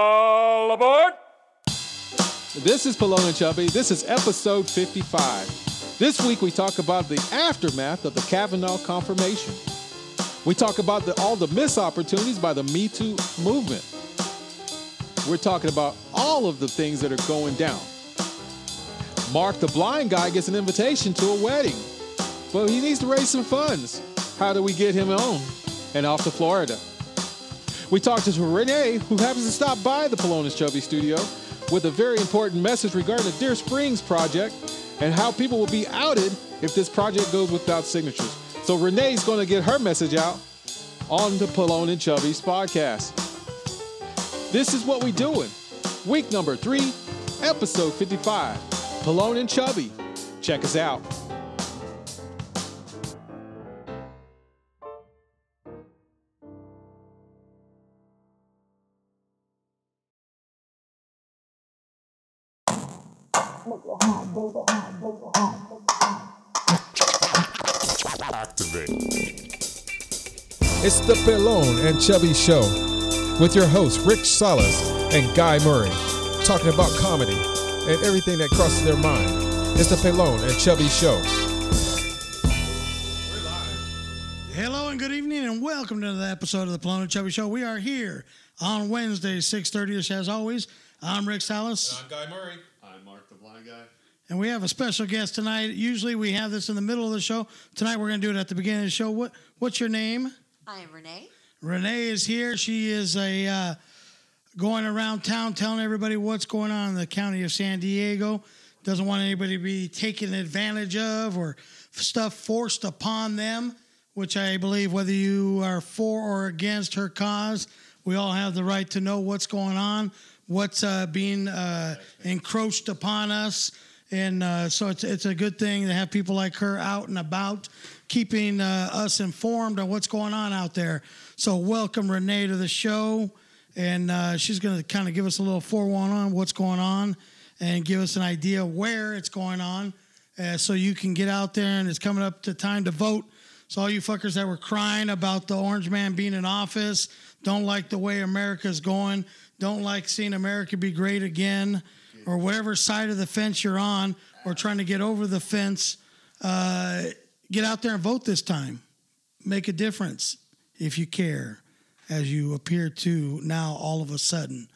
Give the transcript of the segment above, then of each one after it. All aboard! This is Polona Chubby. This is episode 55. This week we talk about the aftermath of the Kavanaugh confirmation. We talk about the, all the missed opportunities by the Me Too movement. We're talking about all of the things that are going down. Mark the blind guy gets an invitation to a wedding, but he needs to raise some funds. How do we get him on and off to Florida? We talked to Renee, who happens to stop by the Polonus Chubby studio with a very important message regarding the Deer Springs project and how people will be outed if this project goes without signatures. So Renee's going to get her message out on the Polone and Chubby's podcast. This is what we doing. Week number three, episode 55, Polone and Chubby. Check us out. It's the Pelone and Chubby Show with your hosts Rick Salas and Guy Murray, talking about comedy and everything that crosses their mind. It's the Pelone and Chubby Show. Hello and good evening, and welcome to another episode of the Polona Chubby Show. We are here on Wednesday, six thirty-ish, as always. I'm Rick Salas, I'm Guy Murray. I'm Mark the Blind Guy. and we have a special guest tonight. Usually, we have this in the middle of the show. Tonight, we're going to do it at the beginning of the show. What What's your name? I am Renee. Renee is here. She is a uh, going around town telling everybody what's going on in the county of San Diego. Doesn't want anybody to be taken advantage of or stuff forced upon them. Which I believe, whether you are for or against her cause, we all have the right to know what's going on, what's uh, being uh, encroached upon us. And uh, so it's, it's a good thing to have people like her out and about, keeping uh, us informed on what's going on out there. So, welcome Renee to the show. And uh, she's going to kind of give us a little forewarn on what's going on and give us an idea where it's going on uh, so you can get out there. And it's coming up to time to vote. So, all you fuckers that were crying about the orange man being in office, don't like the way America's going, don't like seeing America be great again or whatever side of the fence you're on or trying to get over the fence, uh, get out there and vote this time. Make a difference if you care, as you appear to now all of a sudden.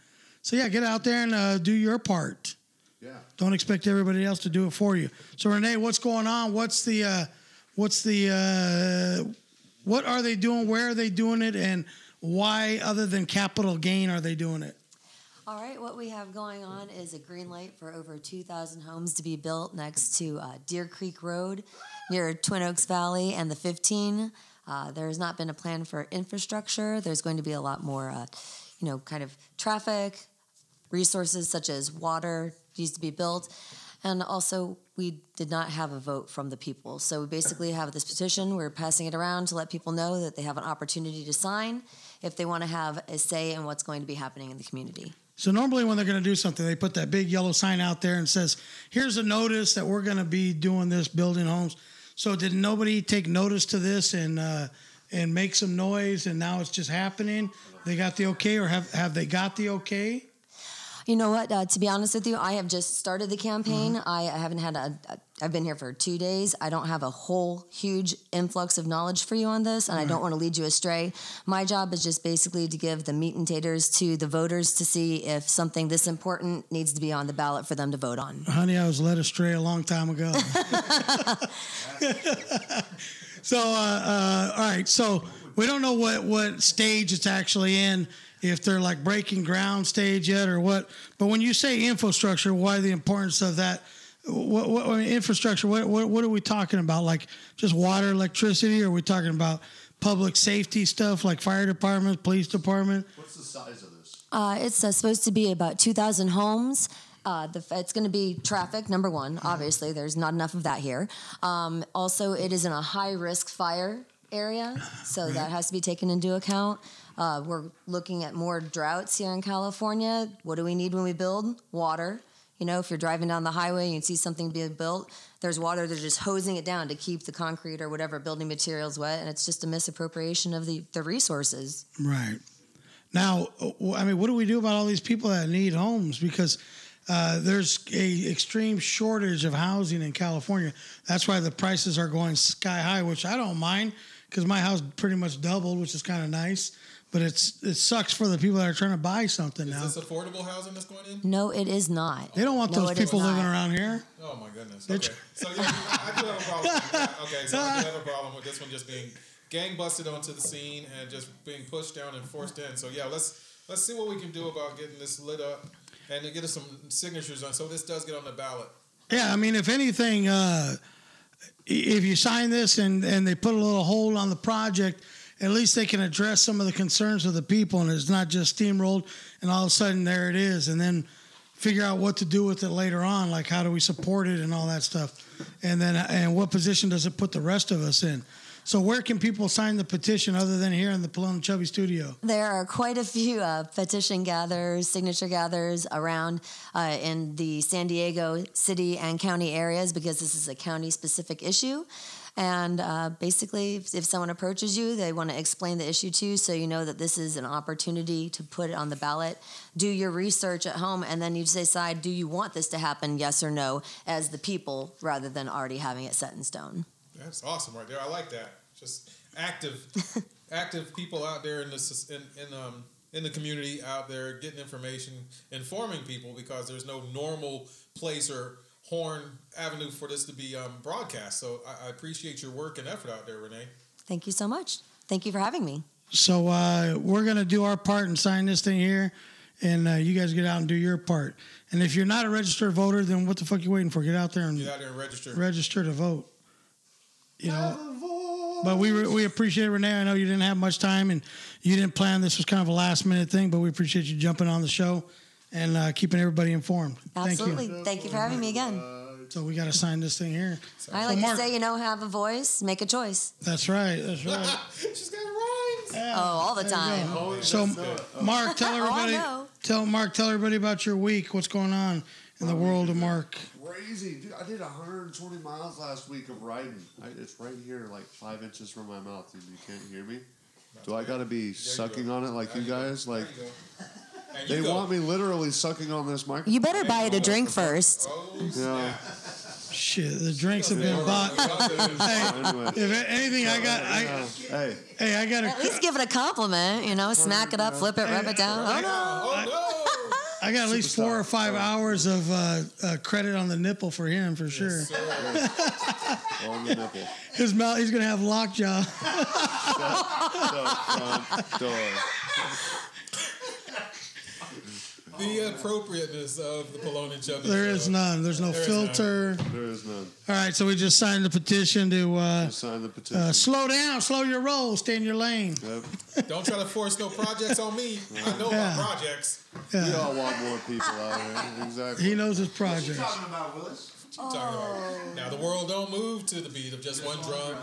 So, yeah, get out there and uh, do your part. Yeah. Don't expect everybody else to do it for you. So, Renee, what's going on? What's the, uh, what's the, uh, what are they doing? Where are they doing it? And why, other than capital gain, are they doing it? All right, what we have going on is a green light for over 2,000 homes to be built next to uh, Deer Creek Road near Twin Oaks Valley and the 15. Uh, there has not been a plan for infrastructure. There's going to be a lot more, uh, you know, kind of traffic, resources such as water needs to be built. And also, we did not have a vote from the people. So we basically have this petition. We're passing it around to let people know that they have an opportunity to sign if they want to have a say in what's going to be happening in the community. So normally when they're going to do something, they put that big yellow sign out there and says, "Here's a notice that we're going to be doing this, building homes." So did nobody take notice to this and uh, and make some noise? And now it's just happening. They got the okay, or have have they got the okay? You know what? Uh, to be honest with you, I have just started the campaign. I, I haven't had a, a. I've been here for two days. I don't have a whole huge influx of knowledge for you on this, and I don't want to lead you astray. My job is just basically to give the meat and taters to the voters to see if something this important needs to be on the ballot for them to vote on. Honey, I was led astray a long time ago. so, uh, uh, all right. So we don't know what what stage it's actually in. If they're like breaking ground stage yet or what. But when you say infrastructure, why the importance of that? What, what I mean, infrastructure? What, what what are we talking about? Like just water, electricity? Or are we talking about public safety stuff like fire department, police department? What's the size of this? Uh, it's uh, supposed to be about 2,000 homes. Uh, the, it's going to be traffic, number one. Obviously, there's not enough of that here. Um, also, it is in a high risk fire area, so that has to be taken into account. Uh, we're looking at more droughts here in California. What do we need when we build? Water. You know, if you're driving down the highway and you see something being built, there's water, they're just hosing it down to keep the concrete or whatever building materials wet, and it's just a misappropriation of the, the resources. Right. Now, uh, w- I mean, what do we do about all these people that need homes? Because uh, there's a extreme shortage of housing in California. That's why the prices are going sky high, which I don't mind because my house pretty much doubled, which is kind of nice. But it's it sucks for the people that are trying to buy something now. Is this affordable housing that's going in? No, it is not. they don't want No, those it is people living not. around here. Oh my goodness. They're Okay. So yeah, I do have a problem. With that. Okay, so I do have a problem with this one just being gang busted onto the scene and just being pushed down and forced in. So yeah, let's let's see what we can do about getting this lit up and to get us some signatures on. So this does get on the ballot. Yeah, I mean, if anything, uh, i- if you sign this and, and they put a little hold on the project, at least they can address some of the concerns of the people, and it's not just steamrolled, and all of a sudden there it is, and then figure out what to do with it later on, like how do we support it and all that stuff, and then and what position does it put the rest of us in? So where can people sign the petition other than here in the Paloma Chubby Studio? There are quite a few uh, petition gatherers, signature gatherers around uh, in the San Diego city and county areas because this is a county specific issue. And uh, basically, if if someone approaches you, they want to explain the issue to you so you know that this is an opportunity to put it on the ballot. Do your research at home and then you decide do you want this to happen, yes or no, as the people rather than already having it set in stone. That's awesome right there. I like that. Just active, active people out there in the sus- in, in um in the community out there getting information, informing people because there's no normal place or horn avenue for this to be um, broadcast. So I, I appreciate your work and effort out there, Renee. Thank you so much. Thank you for having me. So uh, we're gonna do our part and sign this thing here, and uh, you guys get out and do your part. And if you're not a registered voter, then what the fuck you waiting for? Get out there and Get out there and register. register to vote. You know. But we re- we appreciate it, Renee. I know you didn't have much time and you didn't plan. This was kind of a last minute thing, but we appreciate you jumping on the show and uh, keeping everybody informed. Absolutely. Thank you. Thank you, for having me again. So we got to sign this thing here. I like So Mark- to say, you know, have a voice, make a choice. That's right. That's right. She's got rhymes. Oh, all the time. Oh, So, Mark, tell Oh, I everybody. know. tell Mark, tell everybody about your week. What's going on in the world of Mark? crazy, dude! I did 120 miles last week of riding. I, it's right here, like five inches from my mouth, and you can't hear me. Do I gotta be sucking on it like you guys? Like There you go. And you they go. want me literally sucking on this microphone. You better buy it a drink first. Oh, Yeah. Shit, the drinks have been bought. Hey, Anyway, if anything, I got. I, hey, hey, I got At a. least give it a compliment, you know, smack it up, flip it, rub it down. Oh, no. oh no. I got at least four or five hours of uh, uh, credit on the nipple for him for sure. on the nipple. His mouth, he's gonna have lockjaw. Door. The appropriateness of the Polone and Chubby. There is Show. none. There's no There is filter. There is none. All right, so we just signed the petition to uh, Sign the petition. uh, slow down, slow your roll, stay in your lane. Yep. Don't try to force no projects on me. I know Yeah. my projects. We all want more people out here. Exactly. uh, He knows his project. about Willis? Talking Oh. about- Now the world don't move to the beat of just one drum.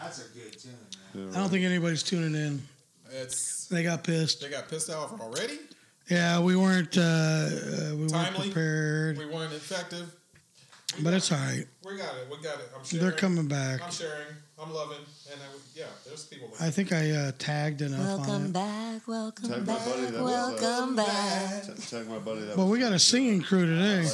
That's a good tune, man. I don't think anybody's tuning in. It's They got pissed. they got pissed off already. Yeah, we weren't uh, uh, we weren't Timely. prepared, We weren't effective. but it's all right. We got it. We got it. I'm sharing. They're coming back. I'm sharing. I'm loving. And I, yeah, there's people. I think I uh, tagged enough on it. Welcome back, welcome Tag my buddy, back, that was, uh, welcome back. T- Tag my buddy. That Well, we was got a singing crew today.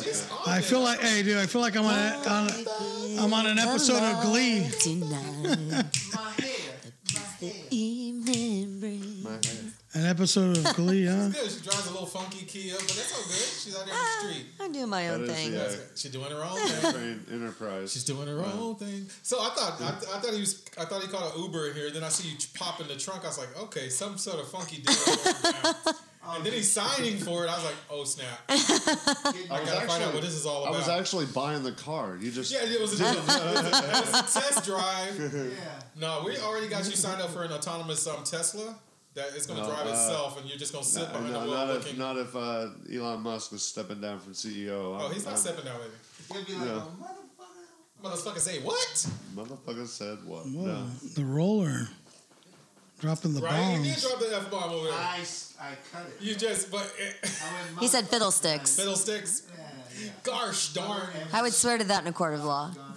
I feel like, hey, dude, I feel like I'm on, a, on a, I'm on an episode of Glee. Tonight, My hair. My hair. evening breeze. my hair. An episode of Glee, huh? Yeah, she drives a little funky Kia, but that's all good. She's out there in the street. Ah. I'm doing my own That is, thing. yeah. She's doing her own thing. Train Enterprise. She's doing her own thing. So I thought I, I thought he was I thought he called an Uber in here. Then I see you pop in the trunk. I was like, okay, some sort of funky deal. going down. and then he's signing for it. I was like, oh snap! I I was gotta find out actually- what this is all I about. was actually buying the car. You just yeah, it was a, it was a- it was a test drive. Yeah. No, we already got you signed up for an autonomous um, Tesla that is going to No, drive uh, itself, and you're just going to sit No, behind the no, wheel not if looking. not if uh, Elon Musk was stepping down from CEO. oh, he's not I'm- stepping down with me. You'll be like, Yeah. oh, motherfucker. Motherfucker, say what? Motherfucker said what? Whoa, No. the roller, dropping the Right? You did bombs. drop the f bomb over there. I, s- I cut it. You just but eh, I went, He said motherfucker. fiddlesticks. fiddlesticks. Yeah, yeah. Gosh darn. I would swear to that in a court of law. Darn, darn,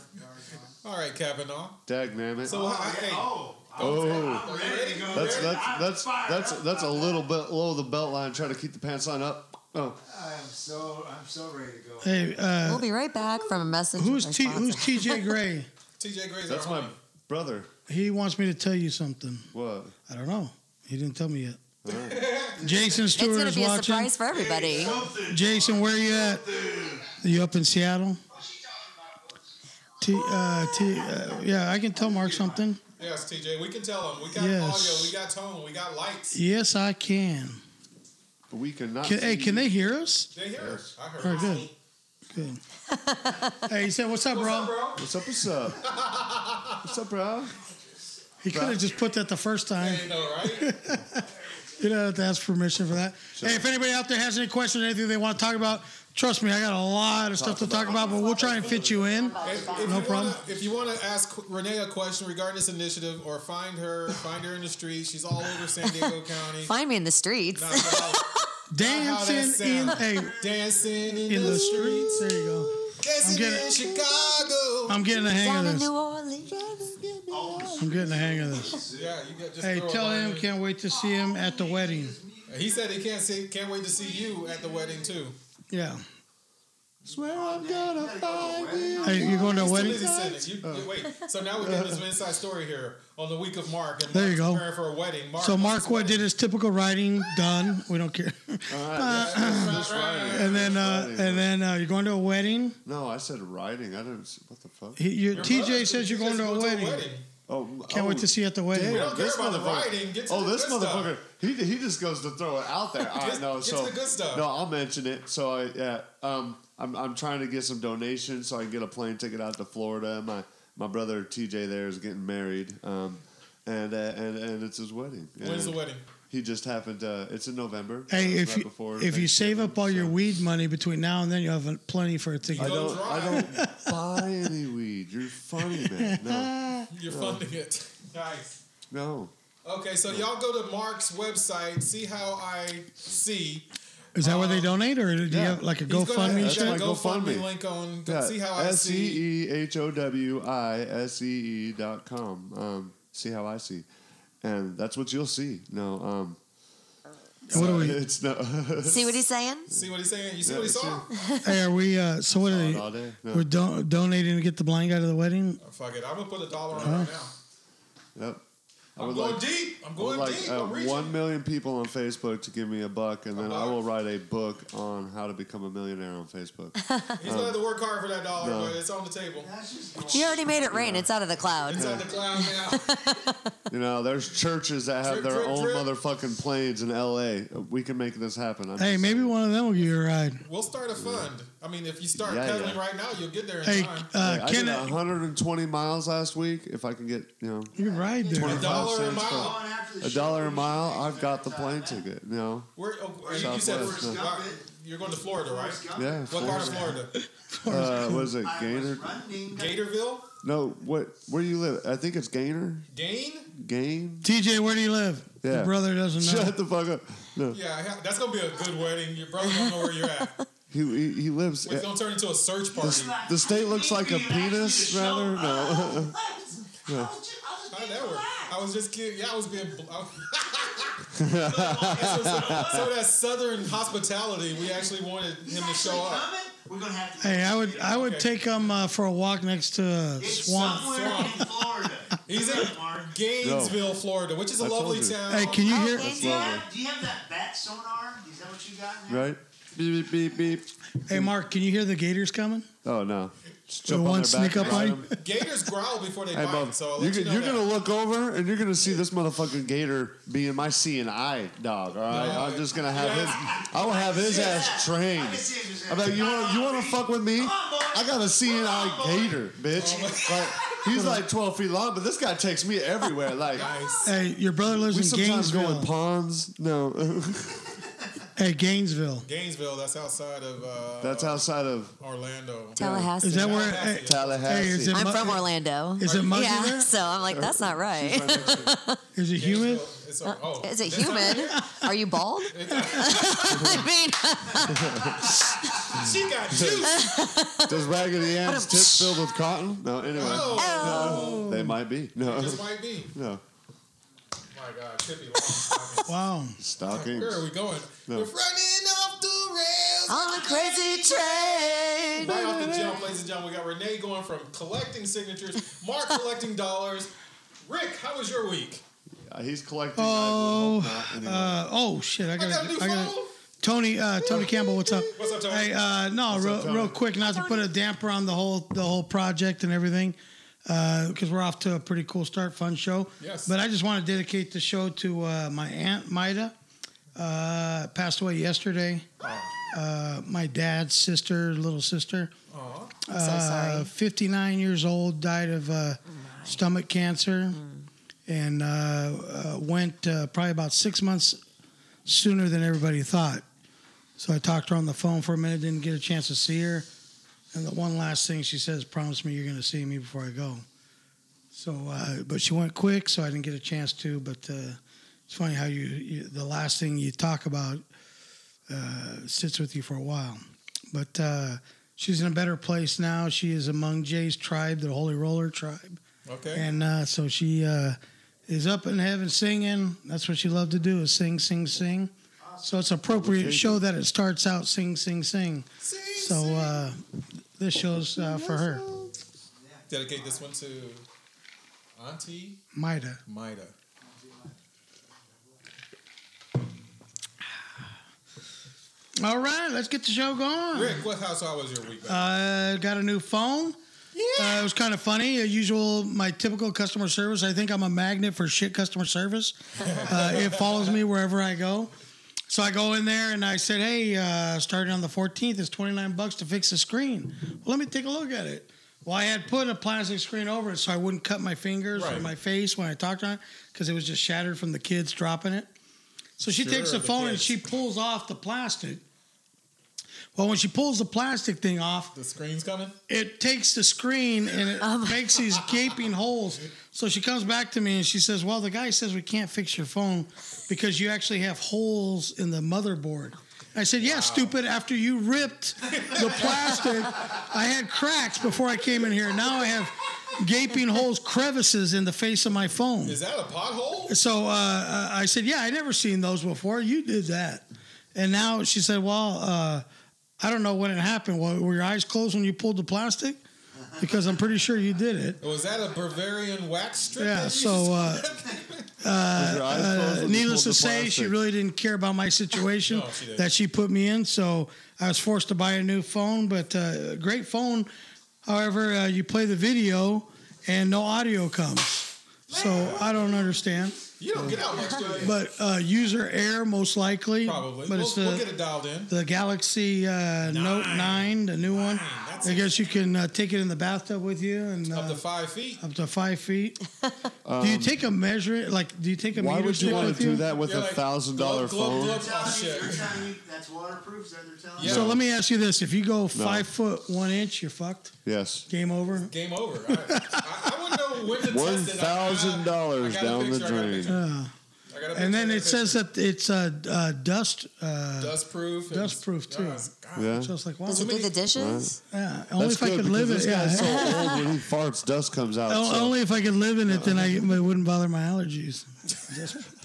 darn. All right, Kavanaugh. Dag nabbit. So, how- hey, Oh, Oh, Ready to go. that's that's that's that's that's a little bit low the belt line. Trying to keep the pants line up. Oh, I'm so I'm so ready to go. Hey, We'll uh, be right back from a message. from who's our T, who's sponsor. TJ Gray? TJ Gray's that's my brother. He wants me to tell you something. What? I don't know. He didn't tell me yet. Alright. Jason It's Stewart going to is be a watching. surprise for everybody. Jason, where you at? Are you up in Seattle? T, uh, T, uh, yeah, I can tell Mark something. Yes, TJ. We can tell him. We got Yes. audio. We got tone. We got lights. Yes, I can. But we cannot. can hey, see can they hear us? They hear us. I heard. All right, good. Good. Hey, he said, "What's up, What's bro?" up, bro? What's up? What's up? what's up, bro? He could have just put that the first time. You know, right? You don't have to ask permission for that. Hey, if anybody out there has any questions, anything they want to talk about, trust me, I got a lot of stuff to talk about, but we'll try and fit you in. If, if No you problem. Wanna, if you want to ask Renee a question regarding this initiative, or find her, find her in the street. She's all over San Diego County. Find me in the streets. Not about Dancing in, sound. hey, dancing in, in the, the street, streets. There you go. dancing getting- in Chicago. I'm getting the hang Down of in New this. Orleans. I'm getting the hang of this. yeah, you got just. Hey, throw a tell line him in. can't wait to see him at the wedding. He said he can't see, can't wait to see you at the wedding too. Yeah. Swear I'm gonna find you. Hey, you going to a Still wedding? Oh. busy sending. You, you- wait, so now we got this inside story here on the week of Mark, and There Mark's you go. preparing for a wedding. Mark, So Mark what did his typical writing, done. We don't care. All right, this, this riding. And then uh, and then uh, you're going to a wedding. No, I said riding. I didn't. s- What the fuck? He, your, TJ brother, says you're he going says to a go wedding. Oh, Can't wait oh, to see you at the wedding. damn, don't care this about the motherfucker. riding. Get to oh, the this good stuff. motherfucker. He, he just goes to throw it out there. I Get- know. get to so the good stuff. No, I'll mention it. So I yeah. Um, I'm I'm trying to get some donations so I can get a plane ticket out to Florida. My my brother TJ there is getting married. Um, and uh, and and it's his wedding. When's the And wedding? He just happened. Uh, it's in November. Hey, so it's if right you, before if you save up all your Thanksgiving, so- weed money between now and then, you'll have plenty for a I ticket. Go don't. I don't buy any weed. You're funny, man. No, You're funding it. Nice. no. Okay, so y'all go to Mark's website, see how I see. Is that where they donate, or do yeah. you have like a He's gonna have- GoFundMe he's got my shit? a GoFundMe. GoFundMe link on. Go Yeah. see how I S see. E E H O W I S E E dot com. Um, see how I see, and that's what you'll see. No, um, What are we? it's no. See what he's saying? See what he's saying? You see Yeah, E what he it's saw? Hey, are we? Uh, so what are they? all day. No. We're don- donating to get the blind guy to the wedding. Oh, fuck it. I'm gonna put a dollar on it right now. Yep. I I'm would going like, deep. I'm I would going like deep. uh, I'm reaching. one million people on Facebook to give me a buck, and then I buck? will write a book on how to become a millionaire on Facebook. He's gonna have to work hard for that dollar, no. but it's on the table. You already made it rain. It's out of the clouds. It's on the cloud now. you know, there's churches that have Drip, their drip, own drip. motherfucking planes in L.A. We can make this happen. I'm Hey, just maybe saying. one of them will give you a ride. we'll start a fund. I mean, if you start Yeah, peddling yeah. right now, you'll get there in Hey, time. Hey, uh, I did Kenneth, 120 miles last week. If I can get, you know, you can ride A there. dollar a cents for- mile. a dollar a mile, I've got the plane ticket. You know, Where, oh, you, you said Southwest, we're- no. you're going to Florida, right? yeah. What part of Florida. Florida? Uh, what is it, I was Gainer? running. Gatorville? No, what? Where do you live? I think it's Gainer. Gain? Gain. TJ, where do you live? Yeah. Your brother doesn't know. Shut the fuck up. No, Yeah, I ha- that's gonna be a good wedding. Your brother don't know where you're at. he he, he lives. It's gonna turn into a search party. The state looks like a penis, rather. No, How did that work? I was just kidding. Yeah, I was being. bl- I was- so, so that southern hospitality, we actually wanted him to show up. We're gonna have to. Hey, I would I would Okay. take him uh, for a walk next to uh, It's Swamp. somewhere in Florida. He's in Gainesville, Florida, which is a I told lovely you. town. Hey, can you hear? Okay. Do you, have, do you have that bat sonar? Is that what you got? Now? right? Beep beep beep beep. Hey, Mark, can you hear the gators coming? Oh no. Just The on one their sneak back and up on ride you? 'em. Gators growl before they Hey, bite, Bob, so I'll you let you, can- know you're that. gonna look over and you're gonna see this motherfucking gator being my C and I dog. All right, No. I'm just gonna have his. Yeah. I will have his ass trained. I can see him just- I'm like, you want you want to fuck with me? Come on, boy. I got a C and Oh, I gator, bitch. Like, he's like 12 feet long, but this guy takes me everywhere. Like Nice. Hey, your brother lives we in sometimes go in Gainesville. ponds. No, hey, Gainesville. Gainesville, that's outside of uh, that's outside of Orlando. Tallahassee. Is that where? Hey, Tallahassee. Hey, is it- I'm from Orlando. is it muggy yeah, there? so I'm like, that's not right. Is it humid? Gainesville, It's, a- oh, Uh, Is it it's not- humid? Are you bald? I mean, She got juice. Does Raggedy Ann's tits filled with cotton? No, anyway, Oh, they might be. No, this might be. no. Oh my God, Tippy Longstocking. Wow. Where are Stockings. we going? No. We're running off the rails. On a crazy train. Right off the jump, ladies and gentlemen, we got Renee going from collecting signatures, Mark collecting dollars. Rick, how was your week? Uh, He's collecting. Oh, I would hope not. Anyway. Uh, oh shit! I I got a new got. I got. phone. Tony. Uh, Tony Campbell. What's up? What's up, Tony? Hey, uh, no, real, Tony? real quick, not to put a damper on the whole the whole project and everything, because we're off to a pretty cool start, fun show. Yes. But I just want to dedicate the show to uh, my aunt Maida, uh, passed away yesterday. Uh, my dad's sister, little sister, I'm so uh, sorry. 59 years old, died of uh, stomach cancer, Mm. and uh, uh, went uh, probably about six months sooner than everybody thought. So I talked to her on the phone for a minute, didn't get a chance to see her. And the one last thing she says, promise me you're going to see me before I go. So, uh, but she went quick, so I didn't get a chance to. But uh, it's funny how you, you the last thing you talk about uh, sits with you for a while. But uh, she's in a better place now. She is among Jay's tribe, the Holy Roller tribe, Okay. and uh, so she uh, is up in heaven singing. That's what she loved to do: is sing, sing, sing. So it's appropriate show that it starts out sing, sing, sing. Sing, So sing. uh, this show's uh, for her, dedicate this one to Auntie Maida. Maida. All right, let's get the show going. Rick, what house how was your week? man? Uh, got a new phone. Yeah. Uh, it was kind of funny. A usual, my typical customer service. I think I'm a magnet for shit customer service. uh, it follows me wherever I go. So I go in there and I said, "Hey, uh, starting on the 14th, it's 29 bucks to fix the screen. Well, let me take a look at it." Well, I had put a plastic screen over it so I wouldn't cut my fingers or Right. my face when I talked on it because it was just shattered from the kids dropping it. So she Sure, takes the the phone and kids. she pulls off the plastic. Well, when she pulls the plastic thing off, the screen's coming. it takes the screen and it makes these gaping holes. So she comes back to me and she says, "Well, the guy says we can't fix your phone because you actually have holes in the motherboard." I said, "Yeah, stupid. After you ripped the plastic, I had cracks before I came in here. Now I have gaping holes, crevices in the face of my phone." Is that a pothole? So uh, uh, I said, "Yeah, I never seen those before. You did that." And now she said, "Well, uh, I don't know when it happened. Well, were your eyes closed when you pulled the plastic? Because I'm pretty sure you did it." Was that a Bavarian wax strip? Yeah. that you So. used? Uh, With your eyes closed, uh, with the needless to folded say, she plastic. really didn't care about my situation No, she didn't. that she put me in. So I was forced to buy a new phone, but uh, great phone. However, uh, you play the video and no audio comes. So I don't understand. you don't get out much, do you? But uh, user error, most likely. Probably. But we'll, it's the, we'll get it dialed in. the Galaxy uh, Note 9, the new one. that's I it. guess you can uh, take it in the bathtub with you and uh, Up to five feet. up to five feet. do you take a measure? Like, do you take a Why meter would you stick want with to do that with You're a like, thousand dollar glove, glove, phone? glove. They're Oh, telling you, shit. they're telling you that's waterproof. So they're telling Yeah. So you. let me ask you this: If you go five foot one inch, you're fucked. Yes. Game over. Game over. All right. I, I wouldn't know when to One test it. I- I- thousand dollars I got a down the picture, I got a drain. picture. I got a picture, And then I got a it says picture. that it's uh, uh, dust. Uh, dust proof. and- dust proof, too. Yes, God. Yeah. so it's like, wow. Do the dishes? Yeah. Only That's if I good could because live this it. Yeah. Oh, guy's so old when he farts, dust comes out. O- so- Only if I could live in it, then I it wouldn't bother my allergies.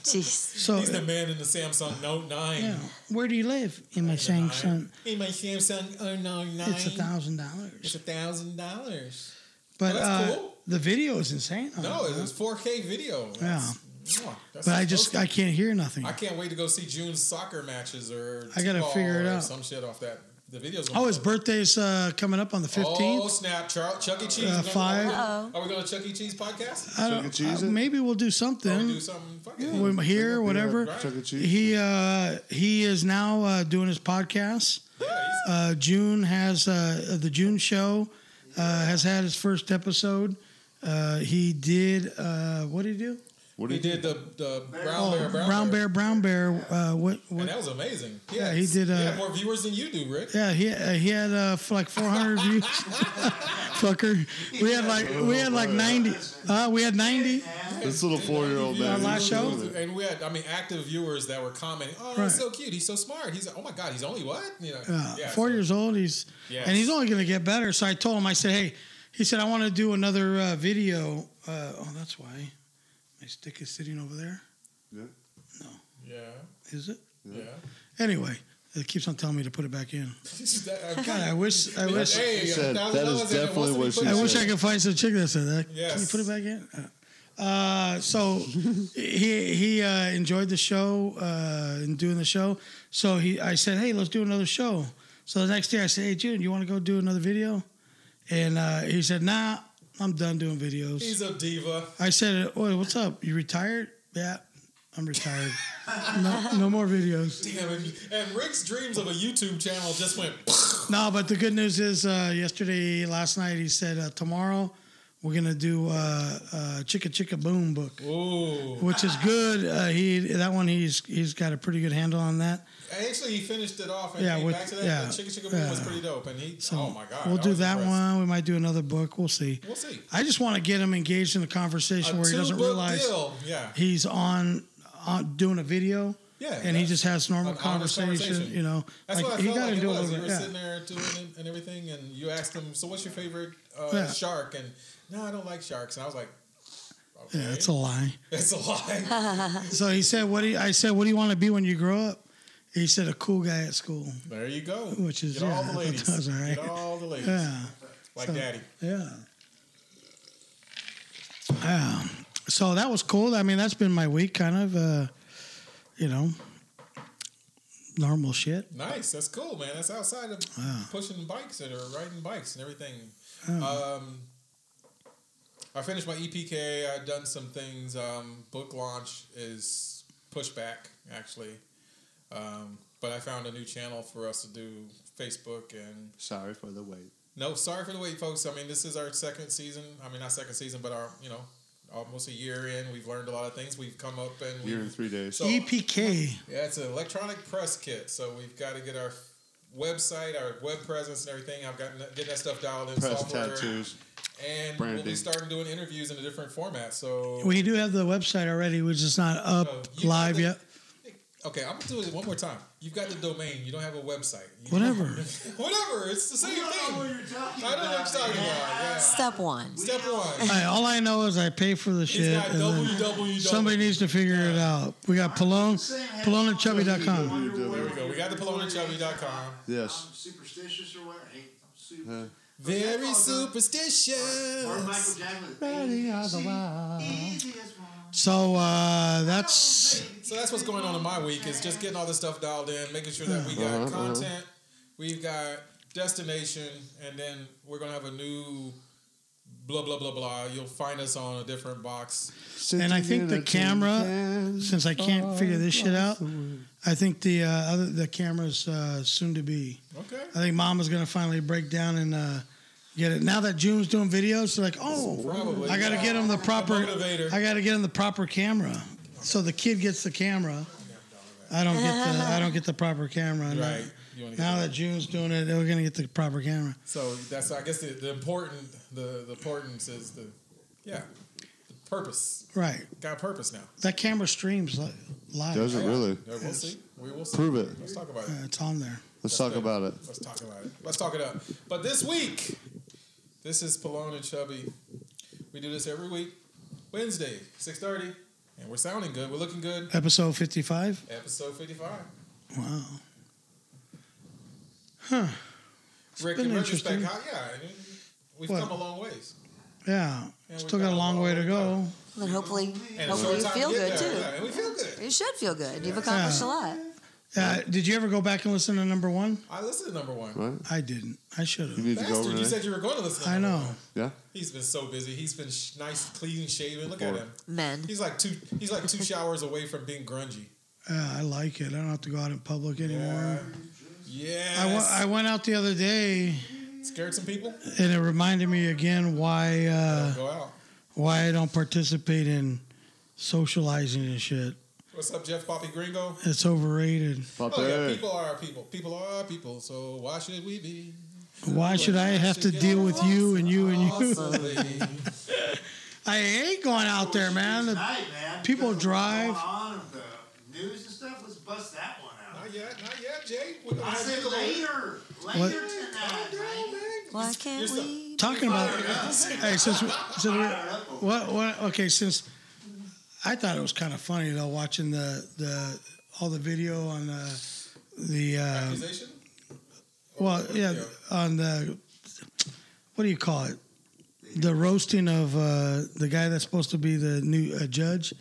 Jeez. So, He's the man in the Samsung Note 9. yeah. where do you live? In my Samsung. Hey, my Samsung oh, no, nine. It's a thousand It's dollars. a thousand dollars. But that's uh, cool. the video is insane. on No, it, huh? it's 4K video. That's- mwah, that's But I just awesome. I can't hear nothing. I can't wait to go see June's soccer matches or I gotta t-ball figure it or out. Some shit off that. The video's. gonna Oh, be his dope. birthday's uh, coming up on the Oh fifteenth. snap! Char- Chuck E. Cheese. Uh, Remember- five. Are we going to Chuck E. Cheese podcast? I Chuck E. don't. Cheese uh, it? maybe we'll do Or we something. do something fucking. We're Yeah, here, whatever. Chuck E. Cheese. He uh, he is now uh, doing his podcast. Yeah, he's- Uh, June has uh, the June show uh, has had his first episode. Uh, he did uh, what did he do? What he do you did the the brown Oh, bear brown, Bear, Brown Bear. Uh, what? and what that was amazing. Yeah, he did, uh, he had more viewers than you do, Rick. yeah, he uh, he had uh, f- like 400 views. Fucker, we had like we had like 90. Uh, we had 90. This little four-year-old Yeah, man. Our last he's show? doing it. and we had, I mean, active viewers that were commenting. Oh, Right. he's so cute. He's so smart. He's, oh my god, he's only what? You know, Uh, yeah, four so- years old. He's Yes. and he's only going to get better. So I told him, I said, "Hey," he said, "I want to do another uh, video." Uh, oh, that's why my stick is sitting over there. Yeah. Yeah. Is it? Yeah. Anyway, it keeps on telling me to put it back in. uh, God, I wish. I wish. Hey, said, $1,000 that is and it wants definitely to be what she put- I said. wish I could find some chick that said that. Can you Yes. put it back in? Uh, so he he uh, enjoyed the show uh, and doing the show. So he I said, hey, let's do another show. So the next day I said, hey, June, you want to go do another video? And uh, he said, nah, I'm done doing videos. He's a diva. I said, "Oi, what's up? You retired? Yeah, I'm retired. no, no more videos. Damn, and, and Rick's dreams of a YouTube channel just went. No, but the good news is, uh, yesterday, last night, he said, uh, tomorrow we're gonna do uh, uh, Chicka Chicka Boom book, Ooh. which is good. Uh, he that one he's he's got a pretty good handle on that. Actually, he finished it off and Yeah, came we- back to that. yeah, the Chicka Chicka Boom was yeah. pretty dope. And he, So oh my God. we'll I do was that impressed. one. We might do another book. We'll see. We'll see. I just want to get him engaged in the A conversation where he doesn't two-book realize deal. Yeah. he's on, on doing a video. Yeah, and he that's just has normal an honest conversation, conversation. You know, That's what I he felt gotta like it do a was. little You bit, were yeah. sitting there doing it and everything, and you asked him, "So, what's your favorite uh, Yeah. shark?" And no, I don't like sharks. And I was like, okay, Yeah, it's a lie. that's a lie. So he said, "What do you, I said? What do you want to be when you grow up?" He said, "A cool guy at school." there you go. Which is- Get all yeah, the ladies. that's all right. Get all the ladies. Yeah, Like So- daddy. yeah, yeah. So that was cool. I mean, that's been my week, kind of. Uh, you know, normal shit. Nice. That's cool, man. That's outside of pushing bikes and or riding bikes and everything. Um, I finished my EPK. I've done some things. Um, book launch is pushback actually, um, but I found a new channel for us to do Facebook and Sorry for the wait. no. Sorry for the wait, folks. I mean, this is our second season. I mean, not second season, but our you know almost a year in. We've learned a lot of things. We've come up and Year in we've three days. so E EPK. yeah, it's an electronic press kit, so we've got to get our website, our web presence, and everything. I've gotten getting that stuff dialed in Press software, tattoos. and we'll be branding. starting doing interviews in a different format. So We do have the website already, which is not up you live got yet. okay, I'm gonna do it one more time. You've got the domain, you don't have a website. You- Whatever. whatever, it's the same You don't know what thing. you're talking I about. don't know what I'm talking about. Yeah. Step one. Step one. Hey, all I know is I pay for the He's shit. got and then- www. Somebody needs to figure it out. We got Palone, PaloneChubby.com. There There we go. We got the polonachubby.com. Yes. I'm superstitious or what? Hey, I'm super. Huh. Very Or Michael superstitious. Jackson. Ready as one. So uh, that's So that's what's going on in my week is just getting all this stuff dialed in, making sure that we Uh-huh, got content, we've got destination, and then we're gonna have a new blah blah blah blah. You'll find us on a different box. and I think the camera. Since I can't figure this shit out, I think the uh, other the camera's uh, soon to be. Okay. I think Mama's gonna finally break down and uh, get it. Now that June's doing videos, she's like, oh, Probably. I gotta get him the proper. motivator. I gotta get him the proper camera. So the kid gets the camera. I don't get the I don't get the proper camera. And, uh, Right. You wanna get Now the- that June's doing it, we're gonna get the proper camera. So that's I guess the, the important the, the importance is the yeah the purpose. Right. Got purpose now. That camera streams li- live. Does it really? Yeah, We'll see. We will see. Prove it. Let's talk about it. Yeah, it's on there. Let's talk about it. Let's talk about it. Let's talk it up. But this week, this is Pallone and Chubby. We do this every week, Wednesday, six thirty, and we're sounding good. We're looking good. Episode fifty-five. Episode fifty-five. Wow. Rick, been in retrospect, interesting. how, yeah, I mean, we've What? come a long ways. Yeah. Yeah, Still we got a long way to go. Then hopefully, And a short hopefully time you to feel get there. good too. Yeah, and we feel good. You should feel good. You've accomplished a lot. Uh, did you ever go back and listen to number one? I listened to number one. Right? I didn't. I should You have. need to go over Bastard, you there. said you were going to listen. To I number know. one. Yeah. He's been so busy. He's been sh- nice, clean shaven. Look at Or- him. Men. He's like two. He's like two showers away from being grungy. Yeah, Uh, I like it. I don't have to go out in public Yeah. anymore. Yes. I, w- I went out the other day, Scared some people. and it reminded me again why uh, Go out. why I don't participate in socializing and shit. What's up, Jeff Poppy Gringo? It's overrated. Pop Oh yeah, there. people are people. People are people. So why should we be? Why should I have to deal with you and you and you? Possibly. I ain't going out there, man. The- Tonight, man, people because of what's drive. going on with the News and stuff. Let's bust that one out. not yet, not yet, Jay. We're gonna I have said to- later, What? later tonight. Calm down, man. Why You're can't so- we? Talking about hey, since, we- since we, Fired up over what what okay, since I thought it was kind of funny though watching the the all the video on the the uh, well yeah on the what do you call it the roasting of uh, the guy that's supposed to be the new uh, judge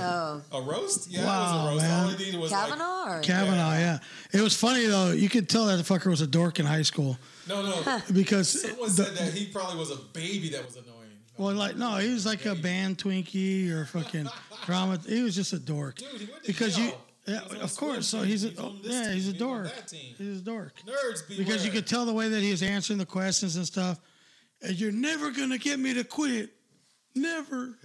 Oh, A roast? Yeah, Wow, it was a roast. man. All he needed was like, Kavanaugh? Or, Kavanaugh yeah it was funny though you could tell that fucker was a dork in high school no, no. because Someone said that he probably was a baby that was annoying. well like no he was like a band Twinkie or fucking drama he was just a dork Dude, he went to because you jail. yeah, He's on of course so swim he's a, team. He's on this yeah team. he's a He's on dork that team. he's a dork Nerds beware. because you could tell the way that he was answering the questions and stuff. And you're never gonna get me to quit, never.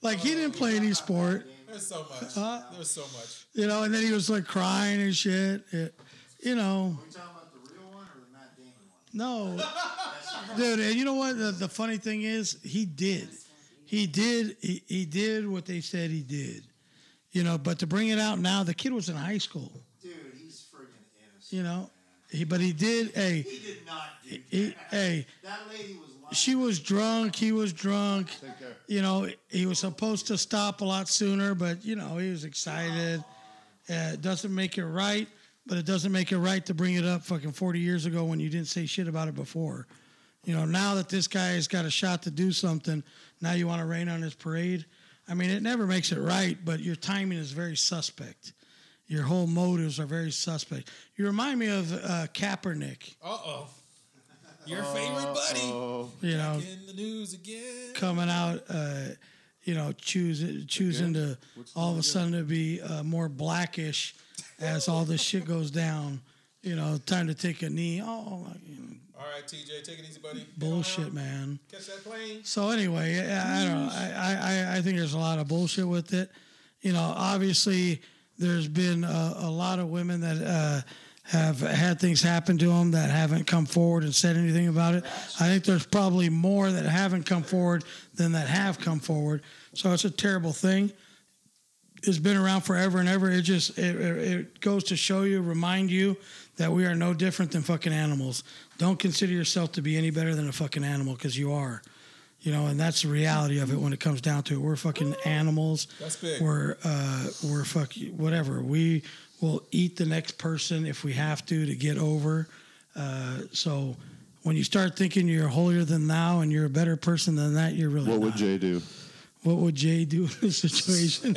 Like he didn't play any sport, There's so much. Uh, There's so much. you know. And then he was like crying and shit. It- you know, Are we talking about the real one or the Matt Damon no, one? dude. And you know what? The, the funny thing is, he did, he did, he, he did what they said he did. You know, but to bring it out now, the kid was in high school. Dude, he's friggin' innocent. You know, he, but he did. Hey, He did not do that. he, hey. that lady was lying. she was drunk. He was drunk. Take care. You know, he was supposed to stop a lot sooner, but you know, he was excited. Yeah, it doesn't make it right, but it doesn't make it right to bring it up fucking 40 years ago when you didn't say shit about it before. You know, now that this guy has got a shot to do something, now you want to rain on his parade. I mean, it never makes it right, but your timing is very suspect. Your whole motives are very suspect. You remind me of uh, Kaepernick, Uh oh. Your favorite buddy you know, in the news again. coming out, uh, you know, choosing choosing to all of a sudden to be uh, more blackish as all this shit goes down. You know, time to take a knee. Oh, like, you know, All right, TJ, take it easy, buddy. Get bullshit, around. man. Catch that plane. So anyway, I, I don't know. I, I, I think there's a lot of bullshit with it. You know, obviously there's been a, a lot of women that uh, have had things happen to them that haven't come forward and said anything about it. I think there's probably more that haven't come forward than that have come forward. So it's a terrible thing. It's been around forever and ever. It just it, it, it goes to show you, remind you that we are no different than fucking animals. Don't consider yourself to be any better than a fucking animal because you are. You know, and that's the reality of it when it comes down to it. We're fucking animals. That's big. We're uh, we're fuck whatever. We will eat the next person if we have to to get over. Uh, so when you start thinking you're holier than thou and you're a better person than that, you're really What not. would Jay do? what would Jay do in this situation?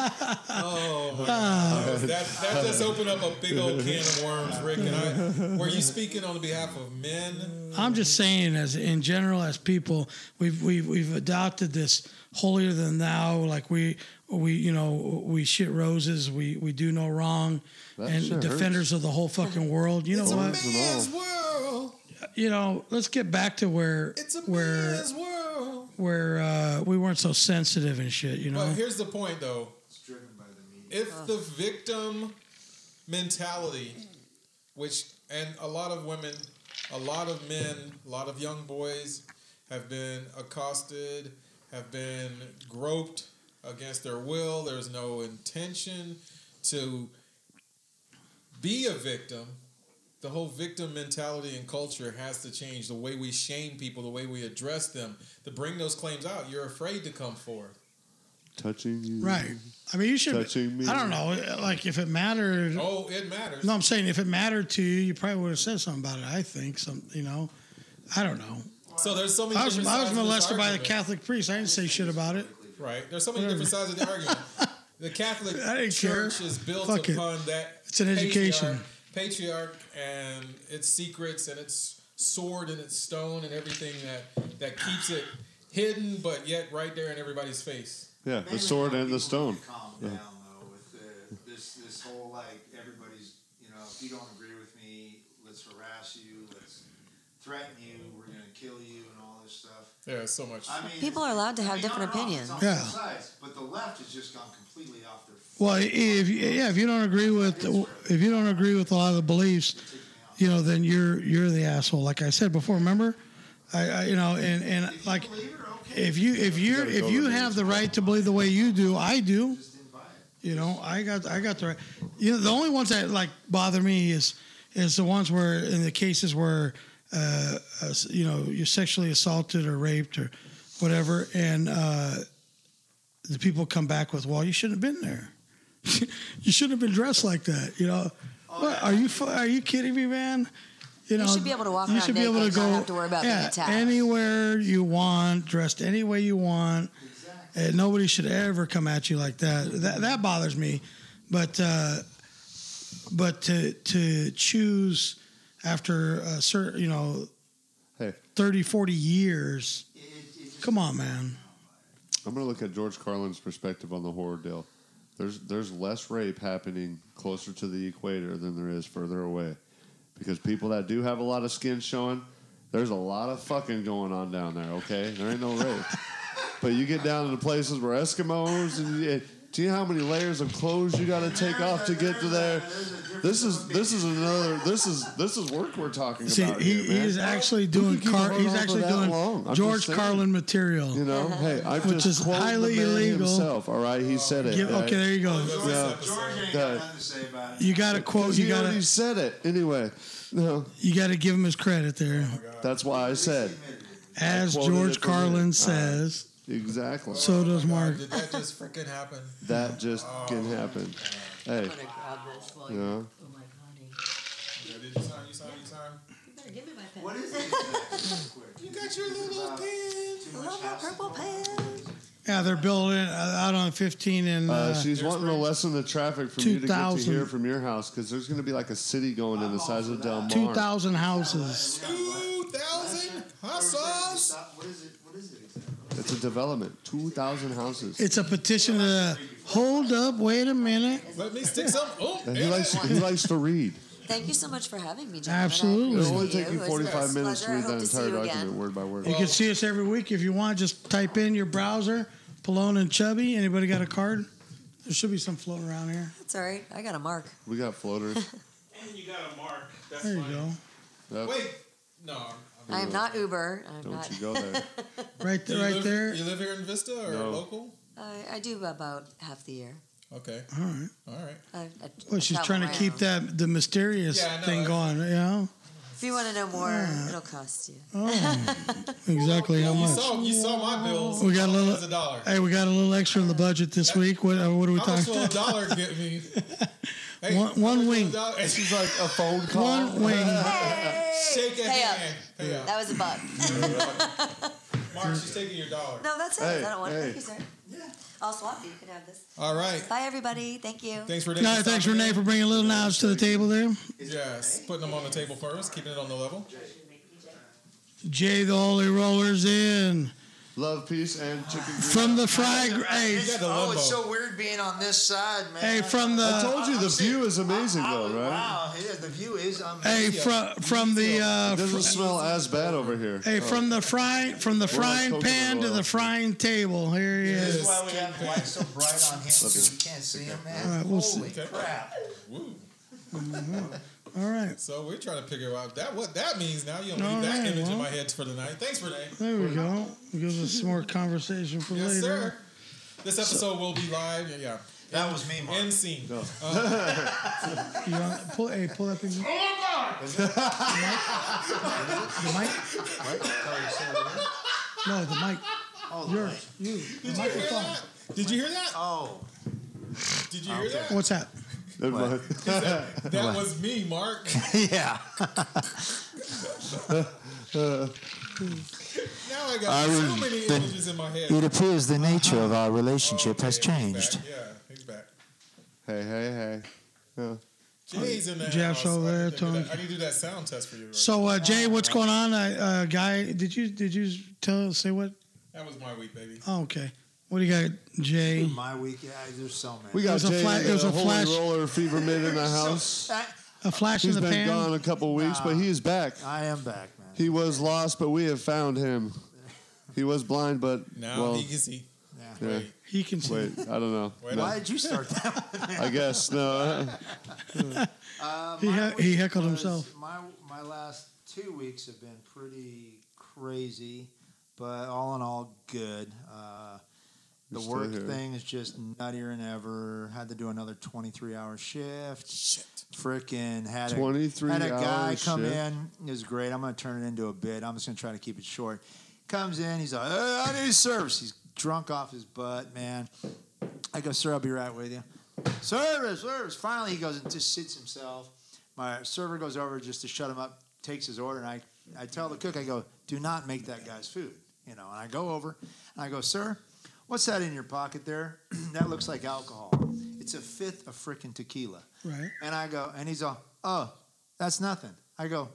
Oh my God. That, that just opened up a big old can of worms, Rick. And I, were you speaking on behalf of men? I'm just saying, as in general, as people, we've we've we've adopted this holier than thou. Like we we you know we shit roses. We we do no wrong, That and sure defenders of the whole fucking world. You know It's a what? man's world. You know, let's get back to where It's a where man's world. where uh, we weren't so sensitive and shit. You know, But here's the point, though. It's driven by the media. if the victim mentality, which and a lot of women, a lot of men, a lot of young boys have been accosted, have been groped against their will. There's no intention to be a victim. The whole victim mentality and culture has to change. The way we shame people, the way we address them, to bring those claims out, you're afraid to come forth. Touching you. right? I mean, you should. Touching me. I don't know. Like if it mattered, Oh, it matters. No, I'm saying if it mattered to you, you probably would have said something about it. I think some, you know, I don't know. So there's so many. I was, different I was sides of this molested by the argument. Catholic priest. I didn't say shit about it. Right. There's so many different sides of the argument. The Catholic I didn't care. Church is built Fuck it. upon that. It's an education. Patriarch, patriarch and its secrets and its sword and its stone and everything that that keeps it hidden, but yet right there in everybody's face. Yeah, the Mainly sword how and the people stone. need to Calm down though with the, this this whole like everybody's you know if you don't agree with me let's harass you let's threaten you we're gonna kill you and all this stuff. There's so much. I mean People are allowed to I have mean, different don't get me wrong, opinions. it's on Yeah. both sides, but the left has just gone completely off their Well, if yeah, if you don't agree with if you don't agree with a lot of the beliefs, you know, then you're you're the asshole. Like I said before, remember, I, I you know, and If and you like believe it, okay. if you if you are if you have the right to believe the way you do, I do. just didn't buy it. You know, I got I got the right. You know, the only ones that like bother me is is the ones where in the cases where uh, uh you know you're sexually assaulted or raped or whatever, and uh, the people come back with, "Well, you shouldn't have been there. you shouldn't have been dressed like that." You know, what, are you fu- are you kidding me, man? You, know, Oh, should be able to walk you around should be able naked to and not go- have to worry about being yeah, attacked. anywhere you want, dressed any way you want. And nobody should ever come at you like that. That, that bothers me, but uh, but to to choose after a certain you know Hey, 30, 40 years. Come on, man. I'm gonna look at George Carlin's perspective on the horror deal. There's there's less rape happening closer to the equator than there is further away, because people that do have a lot of skin showing, there's a lot of fucking going on down there. Okay, there ain't no rape, but you get down to the places where Eskimos and. and do you know how many layers of clothes you got to take off to get to there? This is this is another this is this is work we're talking See, about he, here, man. he's actually We doing could keep car. it going He's on for actually that doing long. I'm George just saying. Carlin material. You know, hey, I'm Which just is quoting highly the man illegal. himself. All right, he said it. Give- all right? okay, there you go. George, Yeah. George That- ain't got nothing to say about it. You got to quote. Because You he got already to. said it anyway. No, You got to give him his credit there, that's why I said as Oh I quoted George it from Carlin you. says. exactly. So does God, Mark. Did that just freaking happen? that just can happen. Hey, I'm gonna grab this while you you're. know, Oh my god. Ian. Yeah, did you sign? You sign? You sign? You better give me my pen. What is it? exactly? Quick. You got your little pen. Too I much love my house to purple pen. Yeah, they're building uh, out on 15 and. Uh, uh, she's wanting to lessen the traffic from you to get to 2000. here from your house because there's going to be like a city going in the size of Del Mar. 2,000 houses. Two thousand hustles. Stop. What is it? What is it exactly? It's a development. Two thousand houses. It's a petition to hold up, wait a minute. Let me stick some. Oh, And he likes he likes to read. Thank you so much for having me, gentlemen. I Absolutely. appreciate It'll only take you It was a 45 minutes to pleasure. I read hope that to see entire you again. document word by word. You can see us every week if you want. Just type in your browser, Palone and Chubby. Anybody got a card? There should be some floating around here. It's all right. I got a mark. We got floaters. And you got a mark. That's There you fine. go. That- Wait. No. I'm- I'm- I am not Uber. I'm Don't not. you go there. Right You there, right live- there. You live here in Vista or No. local? I, I do about half the year. Okay. All right. All right. I, I, I Well, she's travel trying to keep around. that the mysterious Yeah, I know. thing going. Yeah. If you want to know more, it'll cost you. Exactly how You much? saw, you saw my bills. We got a little- It's a dollar. Hey, we got a little extra in the budget this week. What, uh, what are we How much will a talking? dollar get me? Hey, One- how one much will a wing. dollar- She's like a phone call. One wing. Shake a Pay up. hand. Pay up. That was a buck. Mark, she's taking your dollar. No, that's it. Hey, I don't want hey. it. Thank you, sir. I'll swap you. You can have this. All right. Bye, everybody. Thank you. Thanks for All right, thanks Renee for bringing a little knowledge to the table there. Yes, putting them on the table for us, keeping it on the level. Jay the Holy Rollers in Love, peace, and chicken grease. from the fry. gr- Hey, You got the Oh, limbo. it's so weird being on this side, man. hey, from I the told you the view is amazing, I though, was- right? Wow, yeah, the view is amazing. hey from from the It uh, doesn't smell as bad over here. Oh. Hey, from the fry from the frying coconut pan to oil. the frying table. Here he That's is. why we have lights so bright on him because we can't see him, man. All right, we'll Uh-huh. Holy see. crap! Woo. All right, So we're trying to figure out that what that means now. You don't All leave that right, image in well. my head for the night. Thanks, Renee. there we go. Gives us some more conversation for Yes, sir. later. This episode will be live. Yeah, yeah. That was me, Mark. End scene. You want, pull, hey, pull up in the mic. No, the mic. Oh, Yours. You. The Did you hear microphone. that? Did you hear that? Oh, Did you hear that? What's that? Never mind. That was me, Mark. yeah. Now I got so many images in my head. It appears the nature of our relationship has Okay, he's changed. back. Yeah, he's back. Hey, hey, hey. Jay's in the Jeff's house. over I there, need to do that- Tony. I need to do that sound test for you. Right? So, uh, Jay, what's going on? Uh, uh, guy, did you did you tell say what? That was my week, baby. Oh, okay. What do you got, Jay? My week, yeah, there's so many. We It got was a Jay fla- and it was the a Holy flash- Roller Fever Mid in the house. I, A flash He's in the been pan. gone a couple weeks, but he is back. I am back, man. He was lost, but we have found him. He was blind, but Now well, he can see. Yeah. yeah. Wait, He can see. wait, I don't know. wait. No, Why did you start that? I guess no. Uh, He my he- he week heckled was- himself. My my last two weeks have been pretty crazy, but all in all, good. Uh, You're the still work here. thing is just nuttier than ever. Had to do another twenty-three hour shift. Shit. Frickin' had a 23 had a guy hours come shift. in. It was great. I'm gonna turn it into a bit. I'm just gonna try to keep it short. Comes in. He's like, hey, I need service. He's drunk off his butt, man. I go, sir, I'll be right with you. Service, service. Finally, he goes and just sits himself. My server goes over just to shut him up, takes his order, and I, I tell the cook, I go, do not make that guy's food, you know. And I go over and I go, sir, what's that in your pocket there? that looks like alcohol. It's a fifth of freaking tequila. Right. And I go, and he's all, oh, that's nothing. I go,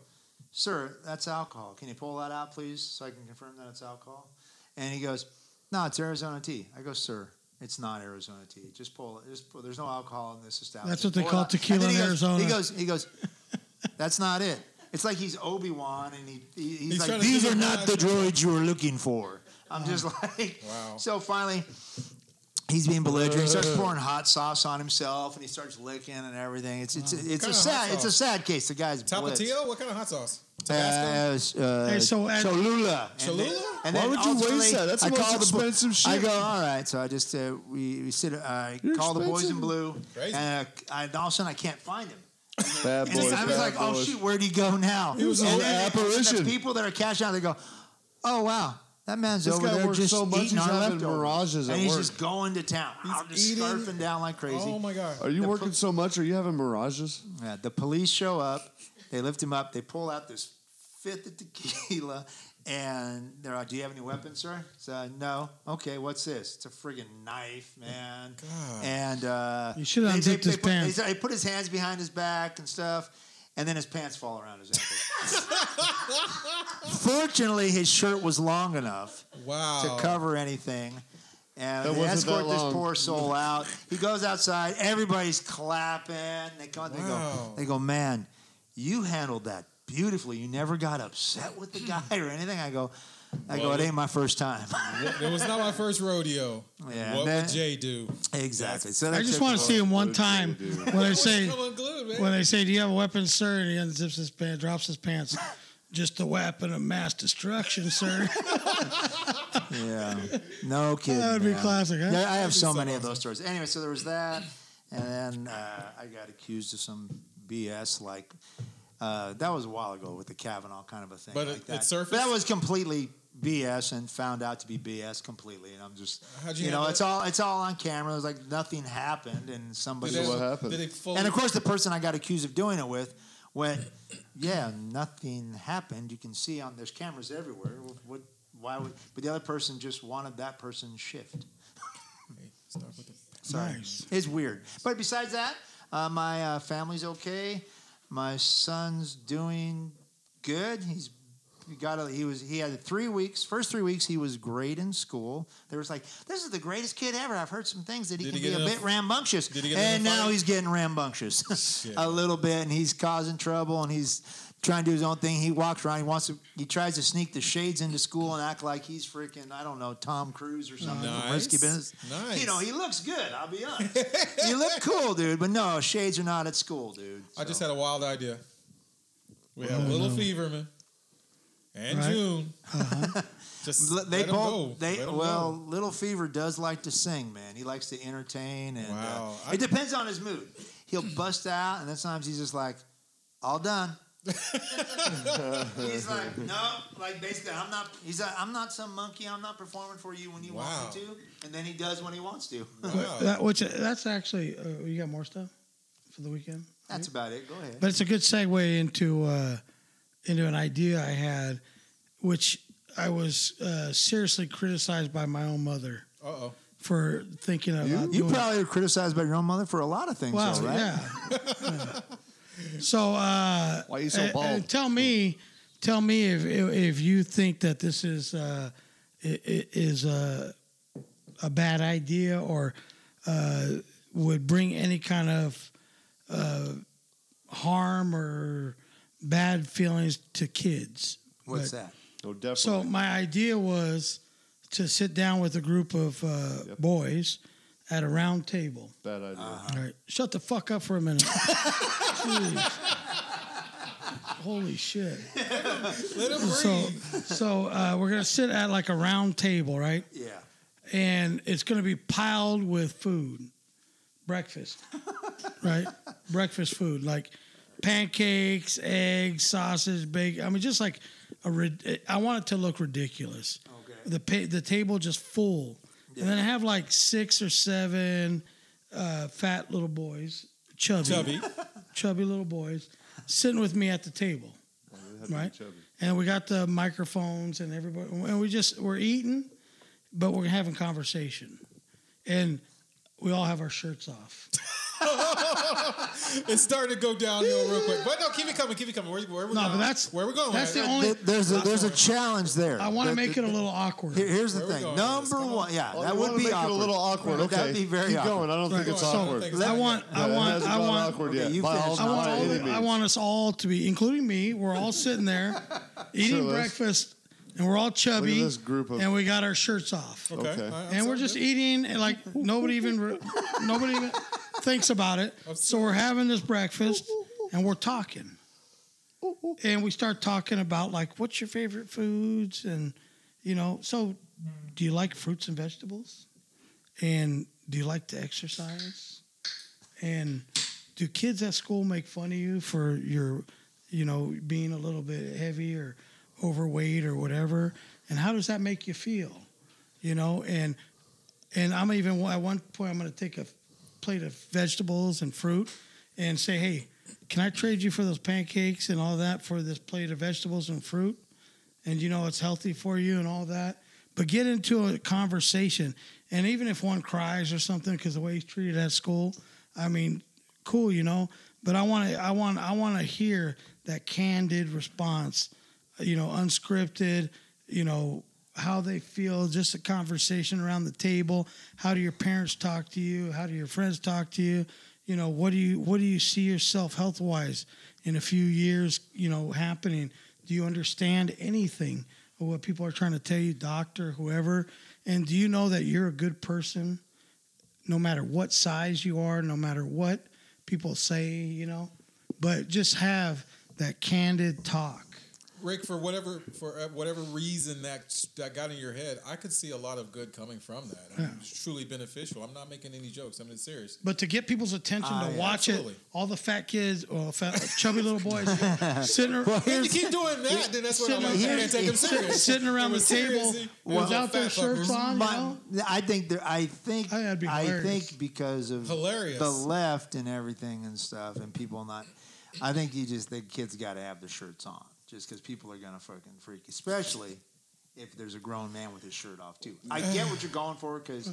sir, that's alcohol. Can you pull that out, please, so I can confirm that it's alcohol? And he goes, no, it's Arizona tea. I go, sir, it's not Arizona tea. Just pull it. Just pull, there's no alcohol in this establishment. That's what they Pull it call out." tequila And then in he goes- Arizona. He goes, he goes, that's not it. It's like he's Obi Wan, and he, he he's, He's like, trying to these do are the not the nod. droids you were looking for. I'm just like, Wow. So finally, he's being belligerent. He starts pouring hot sauce on himself, and he starts licking and everything. It's it's it's a Kinda hot sad it's a sauce. sad case. The guy's blitzed. Tapatio? What kind of hot sauce? Tabasco? Uh, uh, Hey, so at- Cholula. And Cholula? then- And Why then would you waste ultimately, that? That's the I most call bo- expensive shit. I go, all right. So I just uh, we, we sit. I You're call the boys in expensive. blue, Crazy. and uh, I, all of a sudden I can't find him. Bad And boys. I was bad like, oh boys. shoot, where do you go now? He was and an then it- apparition. The people that are cashing out, they go, oh wow, that man's This over guy there works just so much, eating he's our having leftovers." mirages at and he's work. just going to town. He's I'm just eating- surfing down like crazy. Oh my god. Are you working so much? Are you having mirages? Yeah, the police show up, they lift him up, they pull out this fifth of tequila, and they're like, Do you have any weapons, sir? So, no. Okay, what's this? It's a friggin' knife, man. God. And uh, Oh, You should've they- they- unzipped they his put- they pants. s- They, put his hands behind his back and stuff, and then his pants fall around his ankles. Fortunately, his shirt was long enough Wow. to Oh. cover anything. And That they wasn't escort that this long. poor soul out. He goes outside. Everybody's clapping. They come. out, They Wow. go. They go. Man, you handled that beautifully. You never got upset with the guy or anything. I go. I go. Well, It ain't my first time. It was not my first rodeo. Yeah, what man. would Jay do? exactly. So I just want to see him one time when they say Come unglued, man. when they say, "Do you have a weapon, sir?" and he unzips his pants, drops his pants. Just a weapon of mass destruction, sir. Yeah. No kidding. that would be man. classic, huh? Yeah, I have so so many of those stories. Anyway, so there was that, and then uh, I got accused of some BS like uh, that was a while ago with the Kavanaugh kind of a thing. But like it- it that. surfaced? But that was completely BS and found out to be BS completely. And I'm just, How'd you you, know, handle it's it? all it's all on camera. It was like nothing happened, and somebody. Did they- what happened? Did they fully, and of course, the person I got accused of doing it with went, "Yeah, nothing happened. You can see on there's cameras everywhere. What? Why would?" But the other person just wanted that person's shift. Start with the- Sorry. Nice. It's weird. But besides that, uh, my uh, family's okay. My son's doing good. He's he got a, he was he had three weeks. First three weeks he was great in school. They was like, "This is the greatest kid ever." I've heard some things that he Did can he be get a in a- bit rambunctious, did he get in and a now fight? he's getting rambunctious Shit. a little bit, and he's causing trouble, and he's trying to do his own thing. He walks around. He wants to. He tries to sneak the shades into school and act like he's freaking I don't know Tom Cruise or something from Risky Nice. Business. Nice. You know, he looks good. I'll be honest. you look cool, dude. But no, shades are not at school, dude. I just had a wild idea. We have Little Feverman Oh, and Right. June. Just L- they let 'em both. go. They Let 'em well, go. Little Fever does like to sing, man. He likes to entertain, and uh, Wow. I- it depends on his mood. He'll bust out, and then sometimes he's just like, "All done." he's like, "No," like basically, I'm not. He's like, "I'm not some monkey. I'm not performing for you when you want me Wow. to." And then he does when he wants to. Wow. That, which that's actually uh, you got more stuff for the weekend. That's about it. Go ahead. But it's a good segue into uh, into an idea I had, which I was uh, seriously criticized by my own mother Uh oh. for thinking about. you doing- probably are criticized by your own mother for a lot of things, wow, though, right? yeah. so uh, Why you Eh, so and- bald? and tell me, tell me if if if you think that this is uh, i- i- is a a bad idea or uh, would bring any kind of uh, harm or bad feelings to kids. What's But- that? Oh, definitely. So my idea was to sit down with a group of uh, Yep. boys at a round table. Bad idea. Uh-huh. All right, shut the fuck up for a minute. Jeez. Holy shit! Let 'em breathe. So, so uh, we're gonna sit at like a round table, right? Yeah. And it's gonna be piled with food, breakfast, right? Breakfast food like pancakes, eggs, sausage, bacon. I mean, just like a. rid- I want it to look ridiculous. Okay. The pa- the table just full, Yeah. and then I have like six or seven uh, fat little boys, chubby, Chubby. chubby little boys, sitting with me at the table. Right. And we got the microphones and everybody, and we just we're eating, but we're having conversation, and we all have our shirts off. It's starting to go downhill real quick. But no, keep it coming, keep it coming. Where, where we No, going? but that's- where we going. that's right? the only- Th- There's a, there's a challenge there. I want to Th- make it th- a little awkward. here- Here's the Where we thing. going with this? Number Come on. one, yeah, Oh, that you would wanna be make awkward. It a little awkward. That'd Okay, be very Keep awkward. going. I don't think Right. it's So, awkward. I I want, Yeah, I it want, hasn't I gone want, awkward Okay, yet. you By all finish. I want, by all any the- I means. want us all to be, including me. We're all sitting there eating Sure, Les. breakfast, and we're all chubby, Look at this group of- and we got our shirts off, Okay. Okay. all right, I'm and we're sorry, just dude. eating, and like nobody even, re- nobody even thinks about it. So we're having this breakfast, and we're talking, and we start talking about like, what's your favorite foods, and you know, so do you like fruits and vegetables, and do you like to exercise, and do kids at school make fun of you for your you know being a little bit heavy or overweight or whatever and how does that make you feel you know and and i'm even at one point i'm going to take a plate of vegetables and fruit and say hey can i trade you for those pancakes and all that for this plate of vegetables and fruit and you know it's healthy for you and all that but get into a conversation and even if one cries or something because the way he's treated at school i mean cool, you know. But I want to, I want, I want to hear that candid response, you know, unscripted, you know, how they feel, just a conversation around the table. How do your parents talk to you? How do your friends talk to you? You know, what do you, what do you see yourself health wise in a few years? You know, happening. Do you understand anything of what people are trying to tell you, doctor, whoever? And do you know that you're a good person? no matter what size you are, no matter what people say, you know, but just have that candid talk. Rick, for whatever for uh, whatever reason that that got in your head, I could see a lot of good coming from that. I mean, Yeah. It's truly beneficial. I'm not making any jokes. I'm serious. But to get people's attention Ah, to yeah, watch absolutely. it, all the fat kids or fat, chubby little boys sitting, ar- If you keep doing that, then that's what I'm like. sitting- I can't take him sit- serious. sitting around It the was table seriously- it was without their fat fuckers. shirts on, you My, know? I think there, I think I think that'd be I hilarious. think because of Hilarious. the left and everything and stuff and people not. I think you just think kids got to have their shirts on just because people are gonna fucking freak, especially if there's a grown man with his shirt off too. I get what you're going for because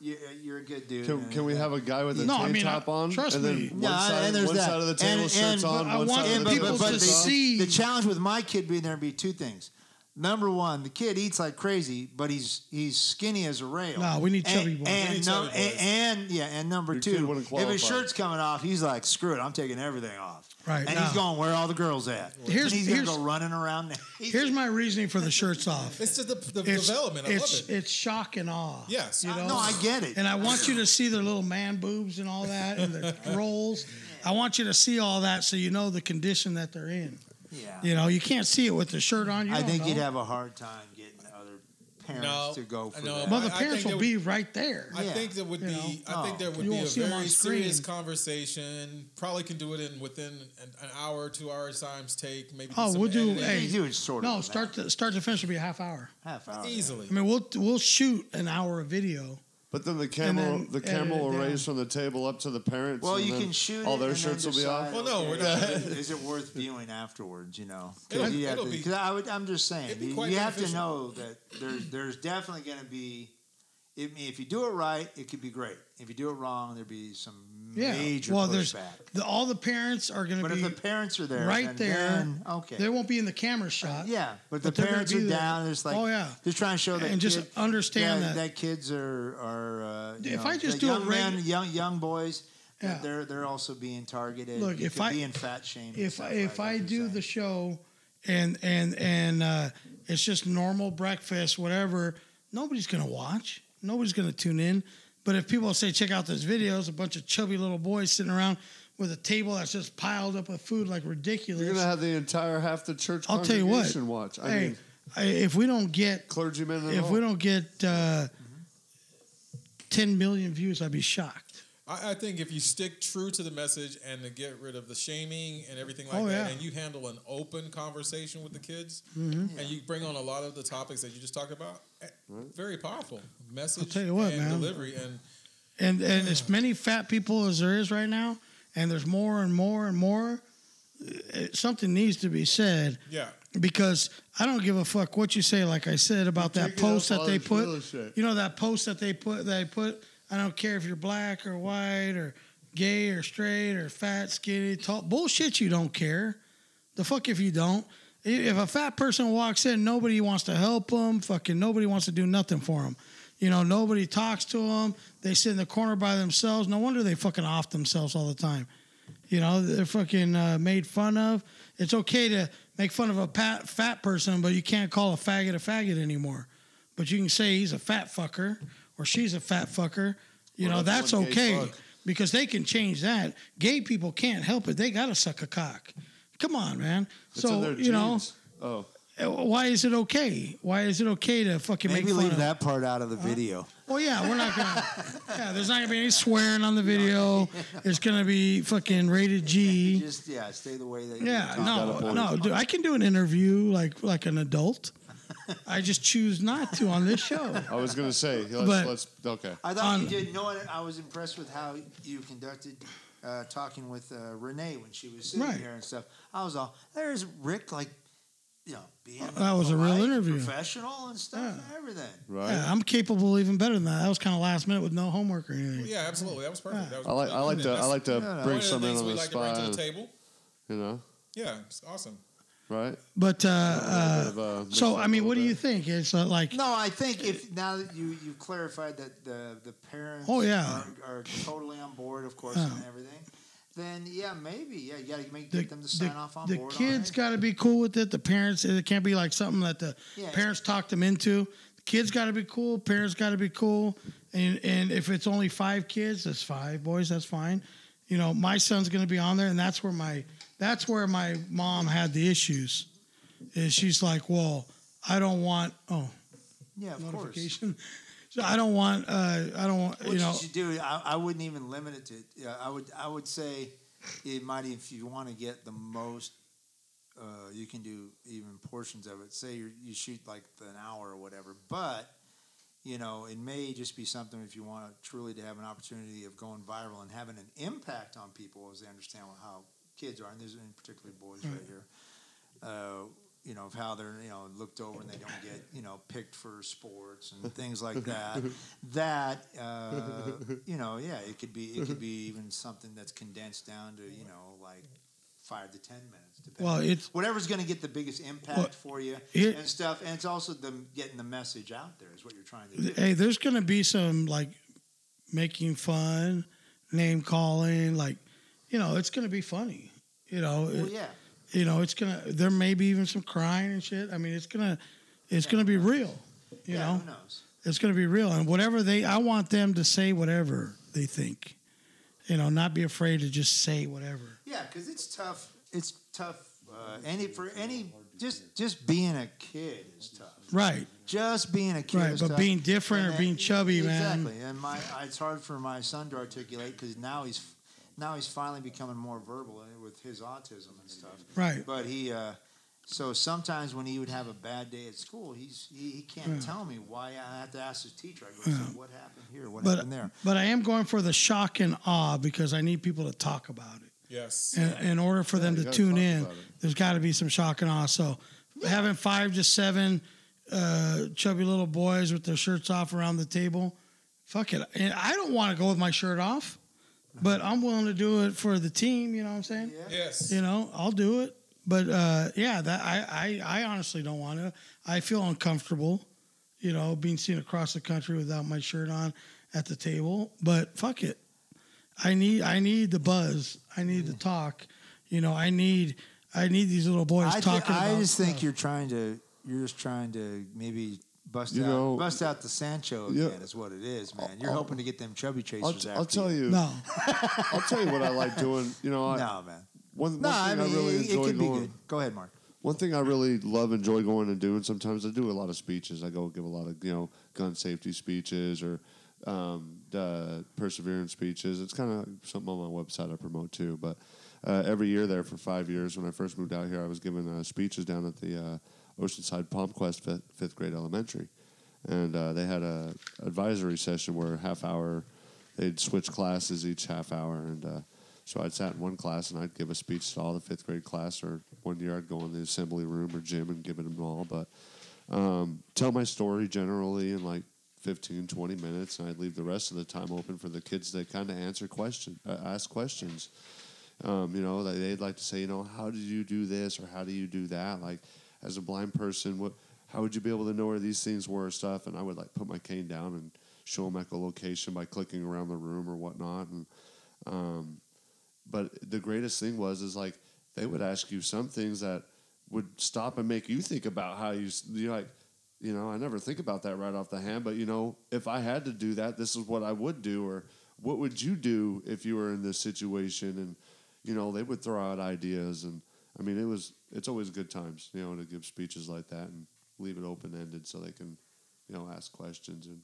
you, you're a good dude. Can, and- can we have a guy with a No, I tank mean, I- top on? trust and then me. One, Yeah, side, and there's one that. side of the And- table, shirts and- on. I one want side of the the people table, to shirts the- off. see- the challenge with my kid being there would be two things. Number one, the kid eats like crazy, but he's he's skinny as a rail. No, we need chubby and, boys. And, We need no- chubby boys. and- and- yeah, and number Your kid two, wouldn't if his qualify. shirt's coming off, he's like, "Screw it, I'm taking everything off." Right, and no. he's going where all the girls at. Here's- and he's gonna here's- go running around. He's- Here's my reasoning for the shirts off. It's just the, the It's, development. I it's, love it. it's shock and awe. Yes. You know? no, I get it. And I want you to see their little man boobs and all that and their rolls. I want you to see all that so you know the condition that they're in. yeah, You know, you can't see it with the shirt on. You I don't think know. you'd have a hard time getting other parents No, to go for no, that. but- Well, the I- I parents think will they be right there. I Yeah. think there would You be. know? Oh, I think there would You be a won't see 'em on very serious screen. conversation. Probably can do it in within an, an hour, two hours times take. Maybe. Oh, some we'll do- editing. You hey, do it sort of No, in start that to start to finish will be a half hour. half Oh, hour. easily. I mean, we'll we'll shoot an hour of video. But then the camera, then the edit camera it will down. raise from the table up to the parents. Well, and you then can shoot. All it their and then shirts will be off. Well, decide, no, okay, we're not- Is it- is it worth viewing afterwards? You know, It'll- because you have it'll to. be- 'cause I would, I'm just it'd saying, be you, quite you have to beneficial. know that there's there's definitely going to be. I mean, if you do it right, it could be great. If you do it wrong, there'd be some Yeah. major well, there's pushback. the, all the parents are going to But if be the parents are there, right then- there. then okay, Uh, They won't be in the camera shot. yeah. But, but the they're gonna parents be are there. down. It's like, Oh, yeah. they're trying to show that And just kid- understand that, that- kids are are. Uh, you If know, I just that do a young men, regu- young young boys. that Yeah. They're they're also being targeted. Look, You if could I- be in fat shame, if if I do the show and and and uh, it's just normal breakfast, whatever, nobody's gonna watch. Nobody's gonna tune in. But if people say, check out this video, it's a bunch of chubby little boys sitting around with a table that's just piled up with food like ridiculous. You're gonna have the entire half the church I'll tell you what. congregation watch. I hey, mean, I, if we don't get clergymen. And if all. we don't get uh, ten million views, I'd be shocked. I, I think if you stick true to the message and to get rid of the shaming and everything like Oh, that, yeah. and you handle an open conversation with the kids, Mm-hmm. and you bring on a lot of the topics that you just talked about, eh, very powerful message tell you what, and man. delivery. And And and as many fat people as there is right now, and there's more and more and more. eh, Something needs to be said yeah, because I don't give a fuck what you say. Like I said about that Taking post up that all they this put, real estate. you know that post that they put that I put. I don't care if you're black or white or gay or straight or fat, skinny, tall. Bullshit. You don't care. The fuck if you don't. I- If a fat person walks in, nobody wants to help them. Fucking nobody wants to do nothing for them. You know, nobody talks to them. They sit in the corner by themselves. No wonder they fucking off themselves all the time. You know, they're fucking uh, made fun of. It's okay to make fun of a pat, fat person, but you can't call a faggot a faggot anymore. But you can say he's a fat fucker or she's a fat fucker. You Well, know, that's that's one gay okay fuck. because they can change that. Gay people can't help it. They got to suck a cock. Come on, man. It's in so, their you know, genes. Oh, why is it okay? Why is it okay to fucking Maybe make fun leave of that part out of the video. well, yeah, we're not gonna. yeah, there's not gonna be any swearing on the video. It's gonna be fucking rated G. Just yeah, stay the way that. Yeah, you got no, a no, dude, I can do an interview like like an adult. I just choose not to on this show. I was gonna say. Let's, But- let's okay. I thought on- you did. No, I was impressed with how you conducted uh, talking with uh, Renee when she was sitting Right. here and stuff. I was all there's Rick like, you know, being That was a real polite, interview. professional and stuff, Yeah. and everything. Right. Yeah, I'm capable even better than that. That was kind of last minute with no homework or anything. yeah, absolutely. That was perfect. That was I like I like to I like to no. bring One of the something things on we the like to bring to the spot. table. You know, Yeah, it's awesome. right? But uh, Of, uh, uh, mix so, up I a mean, little what do bit. you think? It's uh, like No, I think if now that you you clarified that the the parents Oh, yeah. are, are totally on board, of course, and everything. Then yeah, maybe yeah, you got to make the, get them to sign the- off on the board. kids on it. got to be cool with it. The parents, it can't be like something that the Yeah. parents talked them into. The kids got to be cool. Parents got to be cool. And and if it's only five kids, that's five boys. That's fine. You know, my son's going to be on there, and that's where my that's where my mom had the issues. Is she's like, well, I don't want oh yeah, of course. notification. So I don't want uh I don't want What you know you should do, I, I wouldn't even limit it to. Yeah, I would. I would say it might if you want to get the most. Uh, you can do even portions of it. Say you you shoot like an hour or whatever, but you know it may just be something if you want to truly to have an opportunity of going viral and having an impact on people as they understand how kids are, and there's in particular boys Mm. right here. Uh, you know of how they're you know looked over and they don't get you know picked for sports and things like that. that uh, you know, yeah, it could be it could be even something that's condensed down to you know like five to ten minutes, depending. well it's Whatever's going to get the biggest impact Well, for you here- and stuff, and it's also the getting the message out there is what you're trying to do. hey, there's gonna be some like making fun, name calling, like you know, it's gonna be funny. You know, Well, it- yeah, you know, it's gonna. There may be even some crying and shit. I mean, it's gonna, it's gonna be real. You yeah, know, who knows? it's going to be real and whatever they i want them to say whatever they think you know not be afraid to just say whatever Yeah, because it's tough. It's tough. Uh, any for any just just being a kid is tough. right just being a kid, Right, is but tough. being different or that- being chubby, man. Exactly, and my it's hard for my son to articulate because now he's now he's finally becoming more verbal uh, with his autism and stuff. right But he, uh, so sometimes when he would have a bad day at school, he's he, he can't tell me why. I have to ask his teacher. I go, so what happened here? What But- happened there? but i am going for the shock and awe because i need people to talk about it Yes. in, in order for them you to gotta tune talk in, about it. there's got to be some shock and awe. So having five to seven uh, chubby little boys with their shirts off around the table, fuck it. And I don't want to go with my shirt off, but I'm willing to do it for the team. You know what I'm saying? Yes. You know, I'll do it. But uh, yeah, that I, I, I honestly don't want to. I feel uncomfortable, you know, being seen across the country without my shirt on at the table. But fuck it. I need I need the buzz. I need Mm. the talk. You know, I need I need these little boys I, thi- talking I about just think stuff. you're trying to you're just trying to maybe bust You out know- bust out the Sancho Yeah. again is what it is, man. You're hoping to get them chubby chasers. I'll, after I'll tell you. No. I'll tell you what I like doing. You know, I, No, man. one, one No, I thing I, mean really it, it enjoy could be going. good. Go ahead, Mark. One thing I really love, enjoy going and doing. Sometimes I do a lot of speeches. I go give a lot of you know gun safety speeches or um, uh, perseverance speeches. It's kind of something on my website I promote too. But uh, every year there for five years, when I first moved out here, I was giving uh, speeches down at the uh, Oceanside Palm Quest fifth, fifth grade elementary, and uh, they had a advisory session where half hour they'd switch classes each half hour, and uh, so I'd sat in one class and I'd give a speech to all the fifth grade class, or one year I'd go in the assembly room or gym and give it them all, but um, tell my story generally in like 15, 20 minutes, and I'd leave the rest of the time open for the kids to kind of answer question, uh, ask questions. Um, you know, they- they'd like to say, you know, how did you do this or how do you do that? Like, as a blind person, what, how would you be able to know where these things were and stuff? And I would like put my cane down and show them echolocation by clicking around the room or whatnot. And um, but the greatest thing was is like they would ask you some things that would stop and make you think about how you s- you're like you know I never think about that right off the hand but you know if I had to do that this is what I would do or what would you do if you were in this situation and you know they would throw out ideas and I mean it was it's always good times you know to give speeches like that and leave it open ended so they can you know ask questions and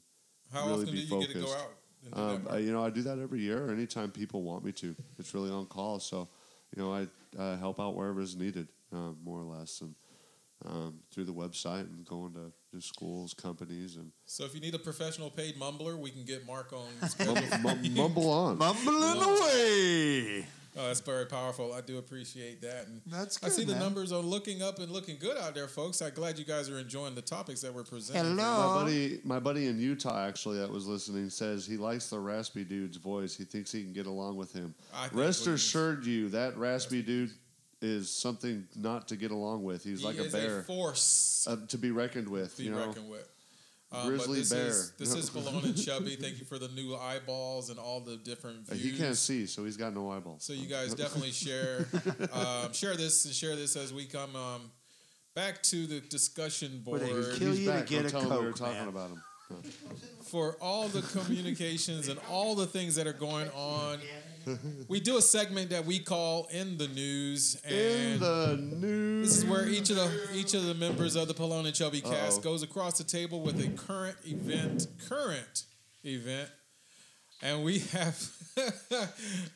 How really often be do you get to go focused. out? And do um, that? I, you know, I do that every year. Anytime people want me to, it's really on call. So, you know, I uh, help out wherever is needed, um, more or less, and um, through the website and going to just schools, companies, and so if you need a professional paid mumbler, we can get Mark on. mum- mum- mumble on. Mumbling away. Oh, that's very powerful. I do appreciate that. And That's I see good, the man. numbers are looking up and looking good out there, folks. I'm glad you guys are enjoying the topics that we're presenting. Hello. My buddy, my buddy in Utah actually that was listening says he likes the raspy dude's voice. He thinks he can get along with him. I think Rest what it is- assured you that raspy dude is something not to get along with. He's He like is a bear force uh, to be reckoned with. to be you know, reckoned with. Um, but grizzly this bear. Is, this No. is Malone and Chubby. Thank you for the new eyeballs and all the different Uh, views. He can't see, so he's got no eyeballs. So you guys definitely share, um, share this and share this as we come um, back to the discussion Where board they kill He's you to back. Don't get a tell him we were coke, talking man. about him. No. for all the communications and all the things that are going on. We do a segment that we call "In the News," In and the news. this is where each of the each of the members of the Pallone and Chubby cast Uh-oh. goes across the table with a current event, current event, and we have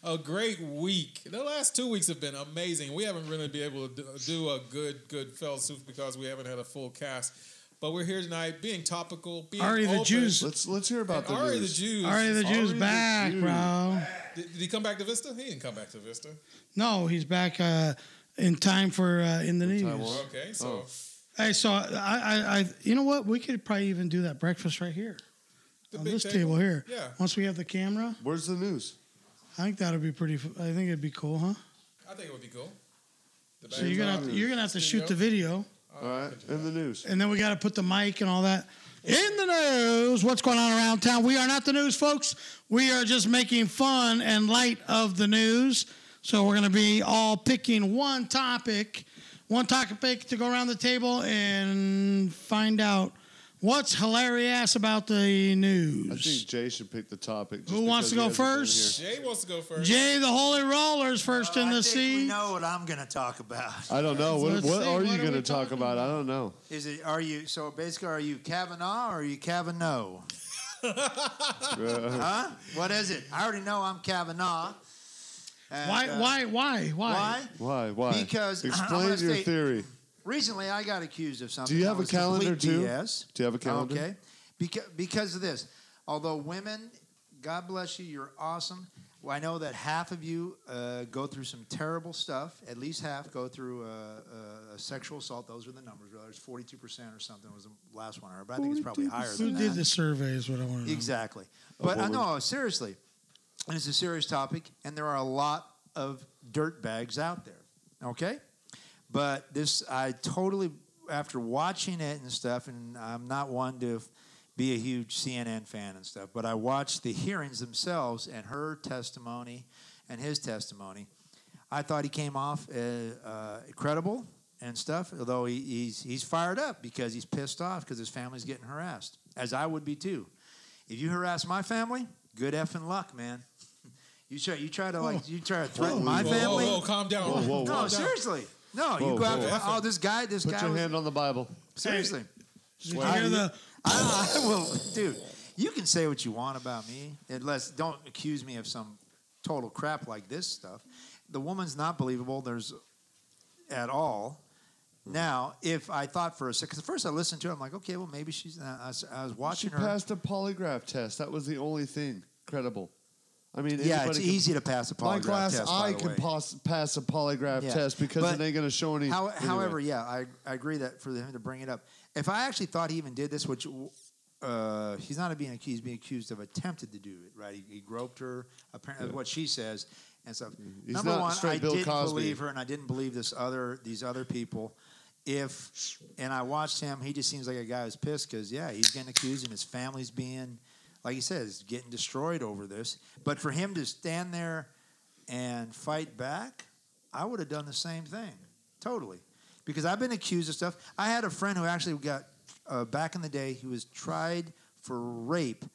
a great week. The last two weeks have been amazing. We haven't really been able to do- do a good good fell soup because we haven't had a full cast. But we're here tonight, being topical, being Ari the open. Jew's- Let's let's hear about And the Ari the news. Jews. Ari the Jew's Ari the back, Jew. bro. Did, did he come back to Vista? He didn't come back to Vista. No, he's back uh, in time for uh, in the news. Taiwan. Okay, Oh. so Hey, so I, I, I, you know what? We could probably even do that breakfast right here the on big this table. here. Yeah, Once we have the camera, Where's the news? I think that'll be pretty. f- I think it'd be cool, huh? I think it would be cool. The So you're gonna have to, you're gonna have to shoot the video, All right, in the news. and then we got to put the mic and all that. In the news, what's going on around town? We are not the news, folks. We are just making fun and light of the news. So we're gonna be all picking one topic, one topic to go around the table and find out what's hilarious about the I news. think Jay should pick the topic. just Who wants to because go he hasn't been first? Jay wants to go first. Jay the Holy Rollers first in Oh, I the think we seat. know what I'm going to talk about. here. I don't know. What, Let's what see, are what you are going we to talk talking about? I don't know. Is it? Are you? So basically, are you Kavanaugh or are you Kavanaugh? huh? What is it? I already know I'm Kavanaugh. And, Why, uh, why, why, why? Why? Why? Why? Because- I'm explain your gonna say- theory. Recently, I got accused of something. you that have a was complete calendar, too? BS. Do you have a calendar? Okay. Because because of this, although women, God bless you, you're awesome. Well, I know that half of you uh, go through some terrible stuff. At least half go through uh, uh, sexual assault. Those are the numbers. Whether it's 42 percent or something was the last one I heard, but I think it's probably higher Who than did that. the survey is what I want to know. Exactly. But I woman. know seriously, and it's a serious topic, and there are a lot of dirt bags out there. Okay, but this I totally after watching it and stuff, and I'm not one to f- be a huge CNN fan and stuff, but I watched the hearings themselves and her testimony and his testimony. I thought he came off uh, uh, credible and stuff, although he, he's he's fired up because he's pissed off because his family's getting harassed, as I would be too. If you harass my family, good effing luck, man. You try you try to like you try to threaten my Whoa, family. Whoa, whoa, calm down. Whoa, whoa, No, Calm down. seriously. No, you Whoa, go after whoa. oh this guy this Put guy your was, hand on the Bible. seriously. Did you hear the I, I will dude. You can say what you want about me, unless don't accuse me of some total crap like this stuff. The woman's not believable. There's at all. Now, if I thought for a second, because first I listened to her, I'm like, okay, well, maybe she's. and I, was- I was She watching her. passed a polygraph test. That was the only thing credible. I mean, yeah, anybody it's can- easy to pass a polygraph My class, test. by I the can way. pos- pass a polygraph Yeah. test because But it ain't going to show any. How, anyway. However, yeah, I, I agree that for him to bring it up, if I actually thought he even did this, which uh, he's not being accused, he's being accused of attempted to do it, right? He, he groped her, apparently what she says and stuff. Mm-hmm. He's Number not one, straight I Bill didn't Cosby. believe her, and I didn't believe this other these other people. If and I watched him, he just seems like a guy who's pissed because yeah, he's getting accused, and his family's being, like he says, getting destroyed over this. But for him to stand there and fight back, I would have done the same thing, totally, because I've been accused of stuff. I had a friend who actually got uh, back in the day. He was tried for rape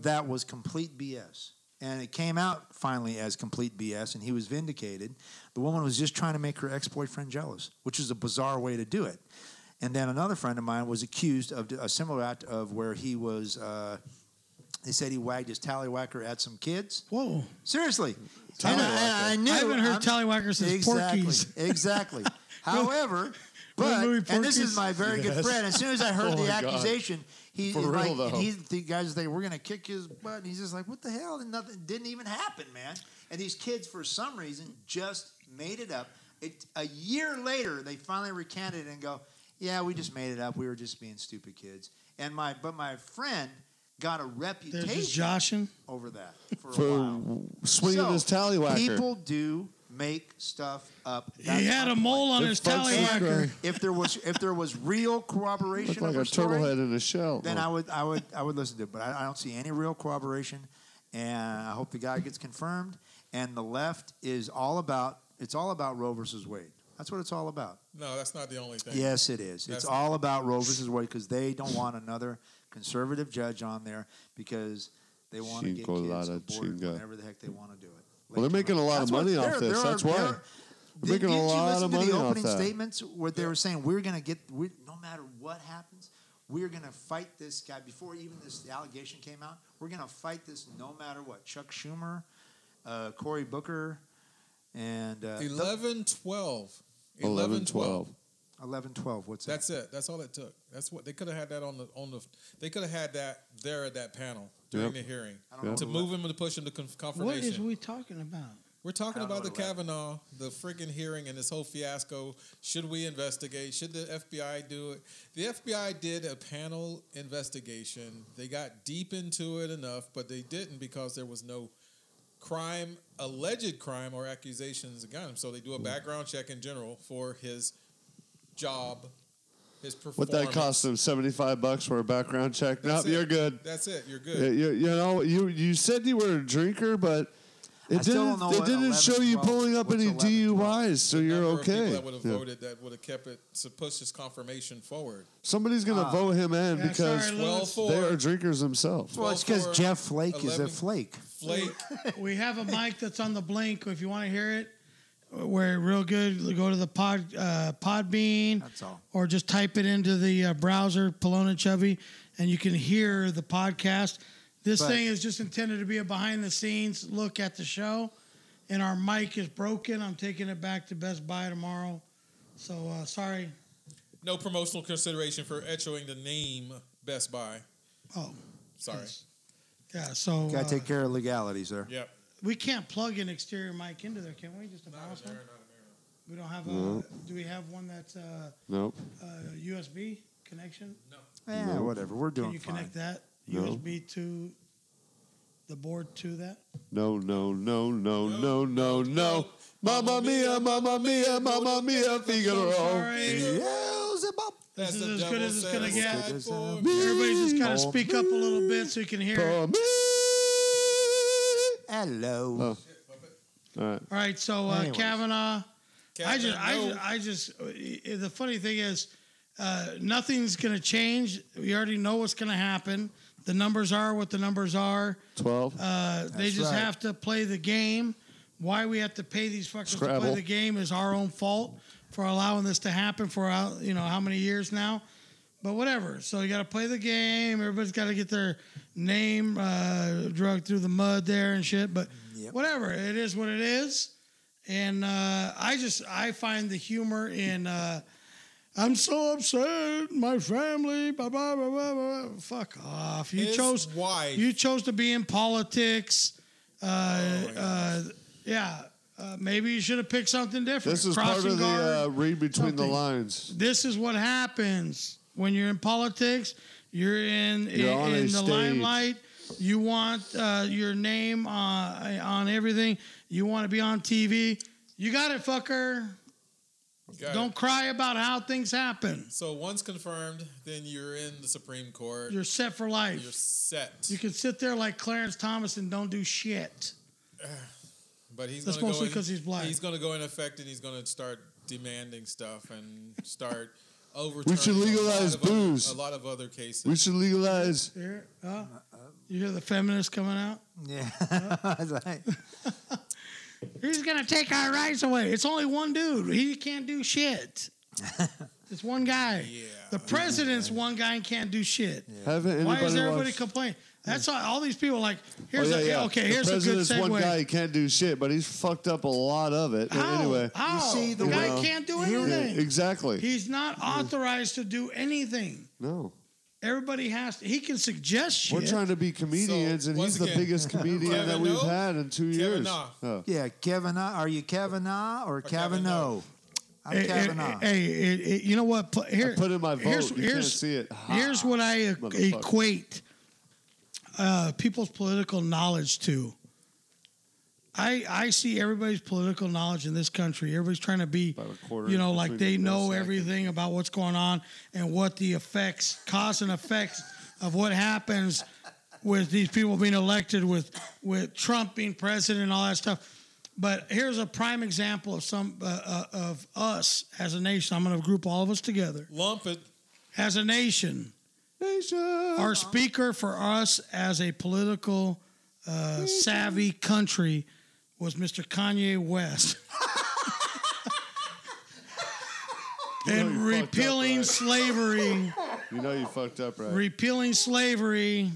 that was complete BS. And it came out finally as complete BS, and he was vindicated. The woman was just trying to make her ex boyfriend jealous, which is a bizarre way to do it. And then another friend of mine was accused of a similar act of where he was, uh, they said he wagged his tallywhacker at some kids. Whoa. Seriously. And I, and I knew. I haven't heard tallywhacker since Exactly. Porky's. Exactly. However, but, movie and this Porky's? is my very good Yes. friend. As soon as I heard Oh the my God. accusation, he For is real, like, and though. he- the guys think we're gonna kick his butt, and he's just like, "What the hell?" And nothing didn't even happen, man. And these kids, for some reason, just made it up. It, a year later, they finally recanted and go, "Yeah, we just made it up. We were just being stupid kids." And my, but my friend got a They're reputation just joshing. over that for a for while. swinging So, his tallywhacker. People do make stuff up. That's he had my a mole on If his folks tallywhacker. subscribe- If there was if there was real Looked corroboration like of a turtle story, head in a shell. then Oh. I would I would I would listen to it. But I, I don't see any real corroboration, and I hope the guy gets confirmed. And the left is all about it's all about Roe versus Wade. That's what it's all about. No, that's not the only thing. Yes, it is. That's- it's all about Roe versus Wade because they don't want another conservative judge on there because they want to get kids Chincolada aborted chinga. whenever the heck they want to do it. Well, they're making a lot of That's what- money there- off there this. are- That's why. there are- They're making Did a you lot listen of to money the off opening that. statements where they were saying we're going to get we no matter what happens we're going to fight this guy before even this the allegation came out we're going to fight this no matter what chuck schumer uh, cory booker and uh, 11, 12. 11, 12. 11 12 what's that That's it. That's all it took. That's what they could have had that on the on the. They could have had that there at that panel during Yep. the hearing I don't know to who move him to push him to conf- What is confirmation. we talking about? We're talking I don't about the know what it was. Kavanaugh, the freaking hearing, and this whole fiasco. Should we investigate? Should the FBI do it? The FBI did a panel investigation. They got deep into it enough, but they didn't because there was no crime, alleged crime, or accusations against him. So they do a background check in general for his job, his performance. What that cost them? Seventy five bucks for a background check. That's nope, it. you're good. That's it. You're You, good. you, you know, you you said you were a drinker, but it I still didn't. don't know It what didn't 11, show you 12 pulling up what's any 11, 12? DUIs, so you're Number of people okay. that would have Yeah. voted that would have kept it to push his confirmation forward. Somebody's gonna Ah. vote him in Yeah, because sorry, Well, for they are drinkers themselves. well it's because 12, jeff flake is a 11. flake Flake. we have a mic that's on the blink. If you want to hear it, we're real good. Go to the pod uh, Podbean. That's all. Or just type it into the uh, browser, Polona Chubby, and you can hear the podcast. This But- thing is just intended to be a behind the scenes look at the show. And our mic is broken. I'm taking it back to Best Buy tomorrow. So uh, sorry. No promotional consideration for echoing the name Best Buy. Oh, Sorry. yeah. So uh, gotta take care of legalities there Yep. we can't plug an exterior mic into there, can we? Just a mouse one. We don't have a. Do we have one that's uh, Nope. uh, USB connection? yeah whatever we're doing Can you fine connect that No. USB to the board to that? No, no, no, no, no, no, no. Mamma mia, mamma mia, mamma mia, Figaro. Sorry. Beelzebub. That's is the as good double as it's gonna satisfied get. for Me. Everybody just kind of Oh, speak up a little bit so you can hear. it. For me. hello Oh. All right. All right, so uh, Anyways. Kavanaugh. I just, I Kavanaugh. just, I just. uh, The funny thing is, uh, nothing's gonna change. We already know what's gonna happen. The numbers are what the numbers are. 12. Uh, they That's just right. have to play the game. Why we have to pay these fuckers to play Scrabble. the game is our own fault for allowing this to happen for uh, you know how many years now. But whatever. So you got to play the game. Everybody's got to get their name uh, dragged through the mud there and shit. But Yep. whatever. It is what it is. And uh, I just I find the humor in. Uh, I'm so upset. My family. Blah blah blah blah. blah. Fuck off. You His chose. wife. You chose to be in politics. Uh, Oh, yeah. uh, yeah. Uh, maybe you should have picked something different. This is part Crossing of the guard uh, read between the something. lines. this is what happens when you're in politics. You're in You're in, on a in the stage. limelight. You want uh, your name uh, on everything. You want to be on TV. You got it, fucker. Got it. Don't cry about how things happen. So once confirmed, then you're in the Supreme Court. You're, You're set for life. set. you can sit there like Clarence Thomas and don't do shit. but he's That's gonna mostly go in- 'cause he's black. He's going to go in effect, and he's going to start demanding stuff and start overturning. We should legalize a lot of other- booze. a lot of other cases. We should legalize. Here, uh, you hear the feminists coming out. Yeah. It's like- Who's gonna take our rights away? It's only one dude. He can't do shit. it's one guy. The president's one guy and can't do shit. Haven't anybody Why is everybody watched- complaining? That's all, all these people like. Oh, Here's yeah, a, yeah. okay. The Here's a good president's segue. one guy. He can't do shit, but he's fucked up a lot of it. But How? Anyway, How? You see, the the guy way- can't do Here- Yeah, anything. exactly. He's not authorized to do anything. no, Everybody has. To, he can suggest shit. we're trying to be comedians, So, and he's once the again, biggest comedian Kevin that we've No, had in two Kevin years. No. Oh. yeah, Kavanaugh. Are you Kavanaugh or oh? Kavanaugh? uh, Kavanaugh. I'm Hey, hey, Kavanaugh. hey, hey, hey, you know what? Pl- Here, put in my vote. Here's, You can't here's- see it. Ha, here's what I motherfucker. equate uh, people's political knowledge to. I I see everybody's political knowledge in this country. Everybody's trying to be, About a quarter you know, inch like between they the know millisecond. everything about what's going on and what the effects, cause and effects of what happens with these people being elected, with with Trump being president, and all that stuff. But here's a prime example of some uh, uh, of us as a nation. I'm going to group all of us together Lump it. as a nation. Our speaker for us as a political uh, savvy country was Mr. Kanye West. and Oh, You know you repealing fucked up, right? slavery, You know you fucked up, right? repealing slavery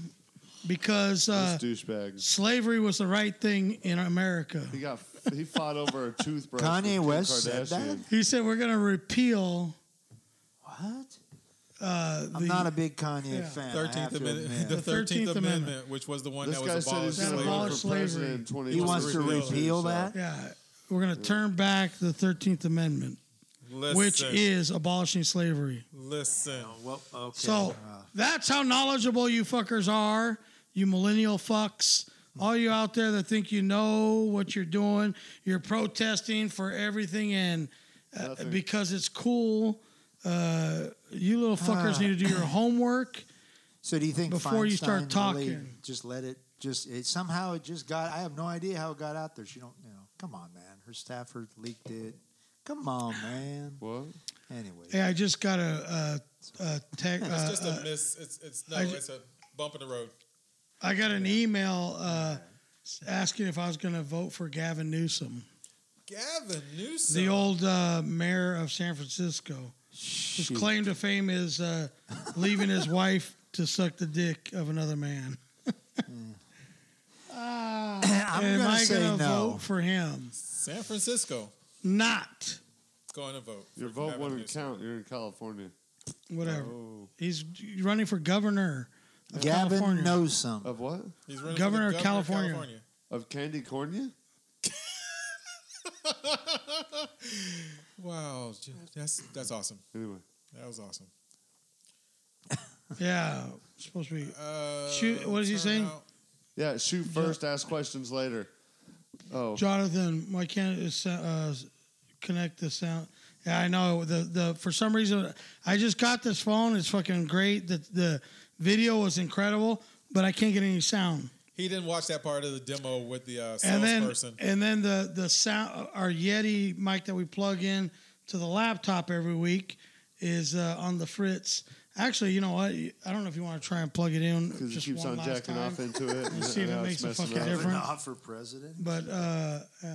because uh, This douchebag. slavery was the right thing in America. He got. He fought over a toothbrush. with Kanye Kim West said Kardashian. He said, We're going to repeal What? uh, the. I'm not a big Kanye yeah. fan. I have Thirteenth to Amendment. admit. The 13th Thirteenth Amendment. Amendment, which was the one This that guy was said he's abolished. going gonna abolish later. to run for slavery. president in 20 He wants to repeal it, repeal so- that. Yeah, we're going to turn back the 13th Amendment, Listen, which is abolishing slavery. listen. Oh, Well, okay. So Uh, that's how knowledgeable you fuckers are, you millennial fucks. All you out there that think you know what you're doing, you're protesting for everything and uh, Nothing. because it's cool. Uh, you little fuckers Ah. need to do your homework. so do you think Before you start Feinstein really talking. just let it? Just it somehow it just got. I have no idea how it got out there. She don't. You know, come on, man. Her staffer leaked it. Come on, man. What? Anyway, Hey, I just got a, a, a tech. It's uh, just uh, a miss. It's it's no. I ju- it's a bump in the road. I got an email uh, asking if I was going to vote for Gavin Newsom, Gavin Newsom. the old uh, mayor of San Francisco. His Shoot. claim to fame is uh, leaving his wife to suck the dick of another man. Ah, I'm am gonna I say gonna no. vote for him? San Francisco Not going to vote. Your for vote Gavin wouldn't Newsom. count. You're in California. whatever. Oh. He's running for governor. Of Gavin California. knows some. Of what? He's running for the Governor of governor California. Of candy cornia? Wow, j- that's that's awesome. Anyway, That was awesome. Yeah, supposed to be. Uh, Shoot, what is he saying? turnout. yeah. Shoot first, ask questions later. Oh, Jonathan, why can't it sa- uh, connect the sound? Yeah, I know the the for some reason I just got this phone. It's fucking great. The the video was incredible, but I can't get any sound. He didn't watch that part of the demo with the uh, and then salesperson. and then the the sound our Yeti mic that we plug in to the laptop every week is uh, on the Fritz. Actually, you know what? I don't know if you want to try and plug it in because he just keeps one on last jacking time, off into it. Let's see if it Now makes it's a messing fucking up. difference. Not for president. But uh, uh,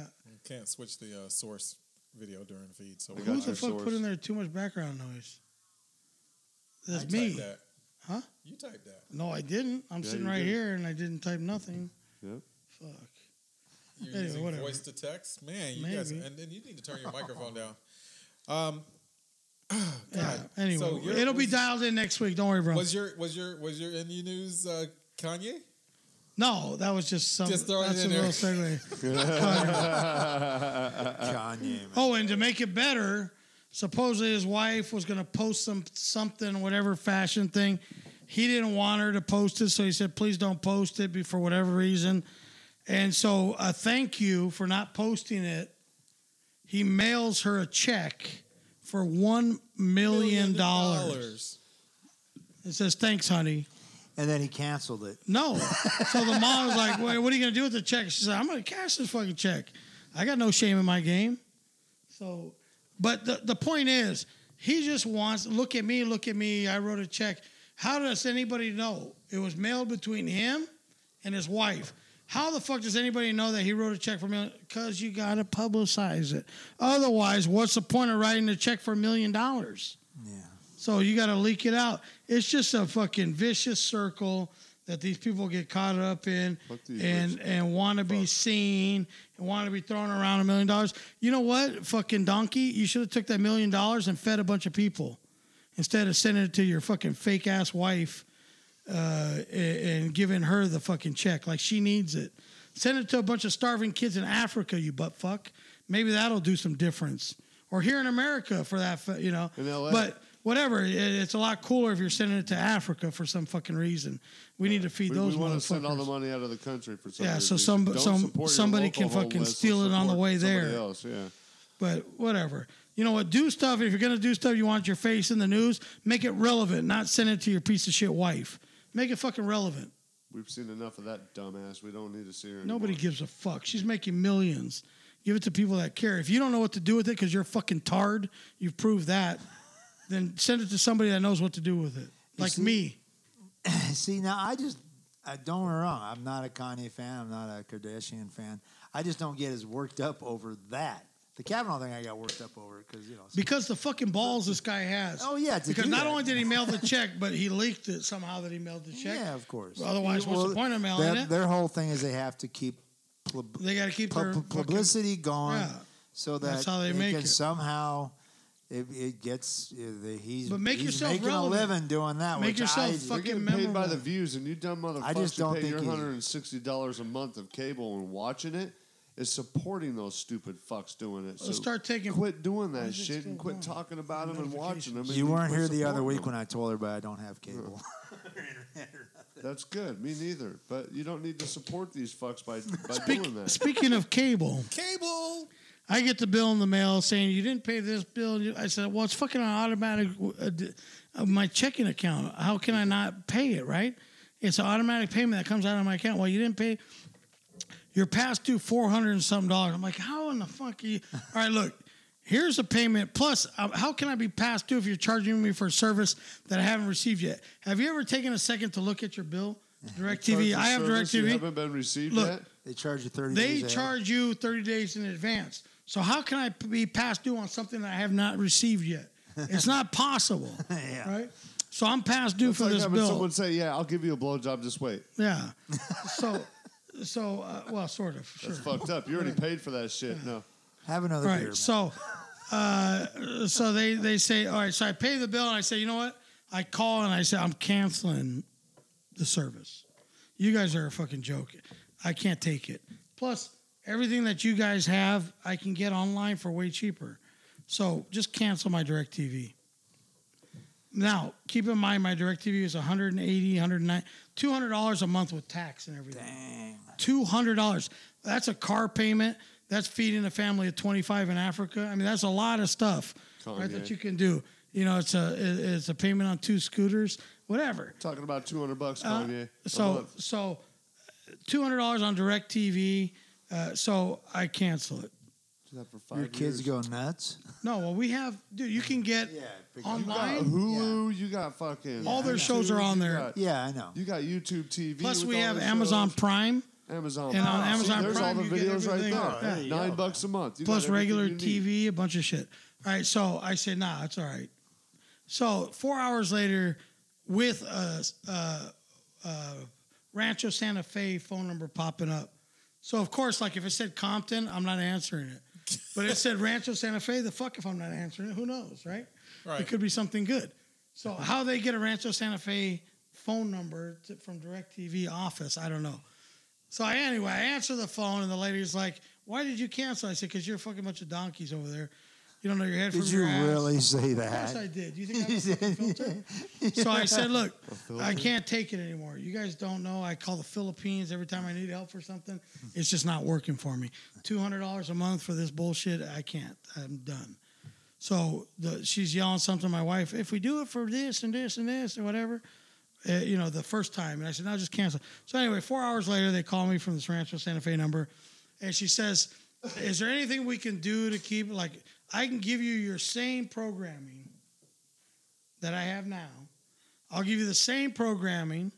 Can't switch the uh, source video during the feed. So I we got who got the your fuck source. put in there too much background noise? That's You me. typed that. Huh? You typed that. No, I didn't. I'm Yeah, sitting you right did. here and I didn't type nothing. Yep. Fuck. You're Anyway, using whatever. voice to text, man. You guys, Maybe. and then you need to turn your microphone down. Um, Yeah. God. Anyway, So you're- it'll be was- dialed in next week. Don't worry, bro. Was your was your was your in news uh, Kanye? no, that was just some. Just throw it that's in a there. little segue. Fuck. Uh, Kanye, man. oh, and to make it better, supposedly his wife was going to post some something, whatever fashion thing. He didn't want her to post it, so he said, "Please don't post it be- for whatever reason." And so, a thank you for not posting it. He mails her a check for one million dollars. It says, "Thanks, honey." And then he canceled it. No. So the mom was like, Wait, what are you going to do with the check? She said, I'm going to cash this fucking check. I got no shame in my game. So, but the, the point is, he just wants, look at me, look at me. I wrote a check. How does anybody know? It was mailed between him and his wife. How the fuck does anybody know that he wrote a check for a million? Because you got to publicize it. Otherwise, what's the point of writing a check for a million dollars? Yeah. So you got to leak it out. It's just a fucking vicious circle that these people get caught up in Fuck these and rich and want to be fucks. seen and want to be thrown around a million dollars. You know what, fucking donkey, you should have took that million dollars and fed a bunch of people instead of sending it to your fucking fake ass wife uh, a- and giving her the fucking check like she needs it. Send it to a bunch of starving kids in Africa, you butt fuck. Maybe that'll do some difference. Or here in America, for that, fa- you know. In LA. But whatever. It, it's a lot cooler if you're sending it to Africa for some fucking reason. We need to feed We, those we want to send all the motherfuckers. money out of the country for some Yeah, so reason. some- Don't some- support your somebody local can fucking homeless and steal it on the support way somebody there. Else. Yeah. But whatever. You know what? Do stuff. If you're gonna do stuff, you want your face in the news. Make it relevant. Not send it to your piece of shit wife. Make it fucking relevant. We've seen enough of that dumbass. We don't need to see her. Nobody anymore. gives a fuck. She's making millions. Give it to people that care. If you don't know what to do with it because you're fucking tard, you've proved that. Then send it to somebody that knows what to do with it, like see- me. See, now I just, I don't get me wrong. I'm not a Kanye fan. I'm not a Kardashian fan. I just don't get as worked up over that. The Kavanaugh thing I got worked up over because, you know. Because the fucking balls this guy has. Oh, yeah, to Because do not that. only did he mail the check, but he leaked it somehow that he mailed the check. yeah, of course. Otherwise, what's the point of mailing their, it? Their whole thing is they have to keep pub- They got to keep their pub- fucking- publicity going Yeah. so that That's how they it make can it. somehow. It, it gets uh, the, he's, But make he's yourself making relevant. a living doing that. Make which yourself I, You're fucking getting paid by memorable. the views, and you dumb motherfuckers I just who don't pay think your he's- hundred and sixty dollars a month of cable and watching it is supporting those stupid fucks doing it. So Let's start taking. quit doing Why that is it shit still and quit going? talking about them and watching them. You weren't here the other week when I told everybody I don't have cable. That's good. Me neither. But you don't need to support these fucks by by doing that. Speaking of cable, Cable. I get the bill in the mail saying you didn't pay this bill. You- I said, well, it's fucking on automatic uh, d- of my checking account. How can I not pay it? Right? It's an automatic payment that comes out of my account. Well, you didn't pay. You're past due four hundred and some dollars. I'm like, how in the fuck are you? All right, look. Here's a payment. Plus, uh, how can I be past due if you're charging me for a service that I haven't received yet? Have you ever taken a second to look at your bill? DirecTV. I have Service You DirecTV. haven't been received Look, yet. They charge you thirty. They days ahead. charge you 30 days in advance. So how can I p- be past due on something that I have not received yet? It's not possible, Yeah. right? So I'm past due It's for like this having bill. someone say, "Yeah, I'll give you a blowjob. Just wait." Yeah. So, so uh, well, sort of, sure. It's fucked up. You already paid for that shit. No. Have another All beer. man. right. So, uh, so they they say, all right. So I pay the bill and I say, you know what? I call and I say I'm canceling the service. You guys are a fucking joke. I can't take it. Plus, everything that you guys have, I can get online for way cheaper. So just cancel my DirecTV. Now, keep in mind, my DirecTV is 180, 109, 200 dollars a month with tax and everything. Two hundred dollars. That's a car payment. That's feeding a family of twenty five in Africa. I mean, that's a lot of stuff right, Kanye. that you can do. You know, it's a it- it's a payment on two scooters, whatever. Talking about two hundred bucks, Uh, Kanye. a so month. so, two hundred dollars on Directv. Uh, so I cancel it. Did that for five your kids years. go nuts. No, well we have, dude. You can get You got online. Hulu. You got fucking. All their shows are YouTube, on you there. got- Yeah, I know. You got YouTube TV. Plus with we all have the Amazon shows. Prime. Amazon. and on Prime. Amazon See, there's Prime, all the you get videos right everything. there. Oh, there you Nine go. bucks a month. You plus got everything regular you need. TV, a bunch of shit. All right, so I say, nah, it's all right. So four hours later, with a, a, a Rancho Santa Fe phone number popping up. So of course, like if it said Compton, I'm not answering it. But it said Rancho Santa Fe. The fuck if I'm not answering it. Who knows, right? Right. It could be something good. So how they get a Rancho Santa Fe phone number to, from DirecTV office, I don't know. So I, anyway, I answer the phone and the lady's like, "Why did you cancel?" I said, "Cause you're a fucking bunch of donkeys over there. You don't know your head Did from you your ass." really say Yes, I that? did. You think I have a filter? So I said, look, I can't take it anymore. You guys don't know. I call the Philippines every time I need help for something. It's just not working for me. Two hundred dollars a month for this bullshit. I can't. I'm done. So the, she's yelling something. to My wife, if we do it for this and this and this and whatever, uh, you know, the first time. And I said, no, just cancel. So anyway, four hours later, they call me from this Rancho Santa Fe number, and she says, "Is there anything we can do to keep like I can give you your same programming that I have now? I'll give you the same programming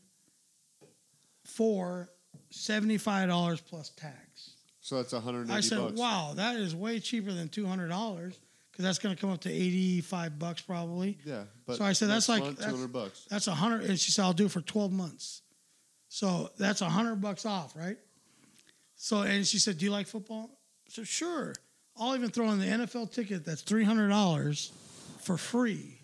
for seventy five dollars plus tax." So that's 180 I said, bucks. "Wow, that is way cheaper than two hundred dollars because that's going to come up to eighty five bucks probably." Yeah, but So I said, that's next like- month, that's- 200 bucks. That's a hundred. And she said, "I'll do it for twelve months." So that's a hundred bucks off, right? So and she said, "Do you like football?" So sure, I'll even throw in the NFL ticket. That's three hundred dollars for free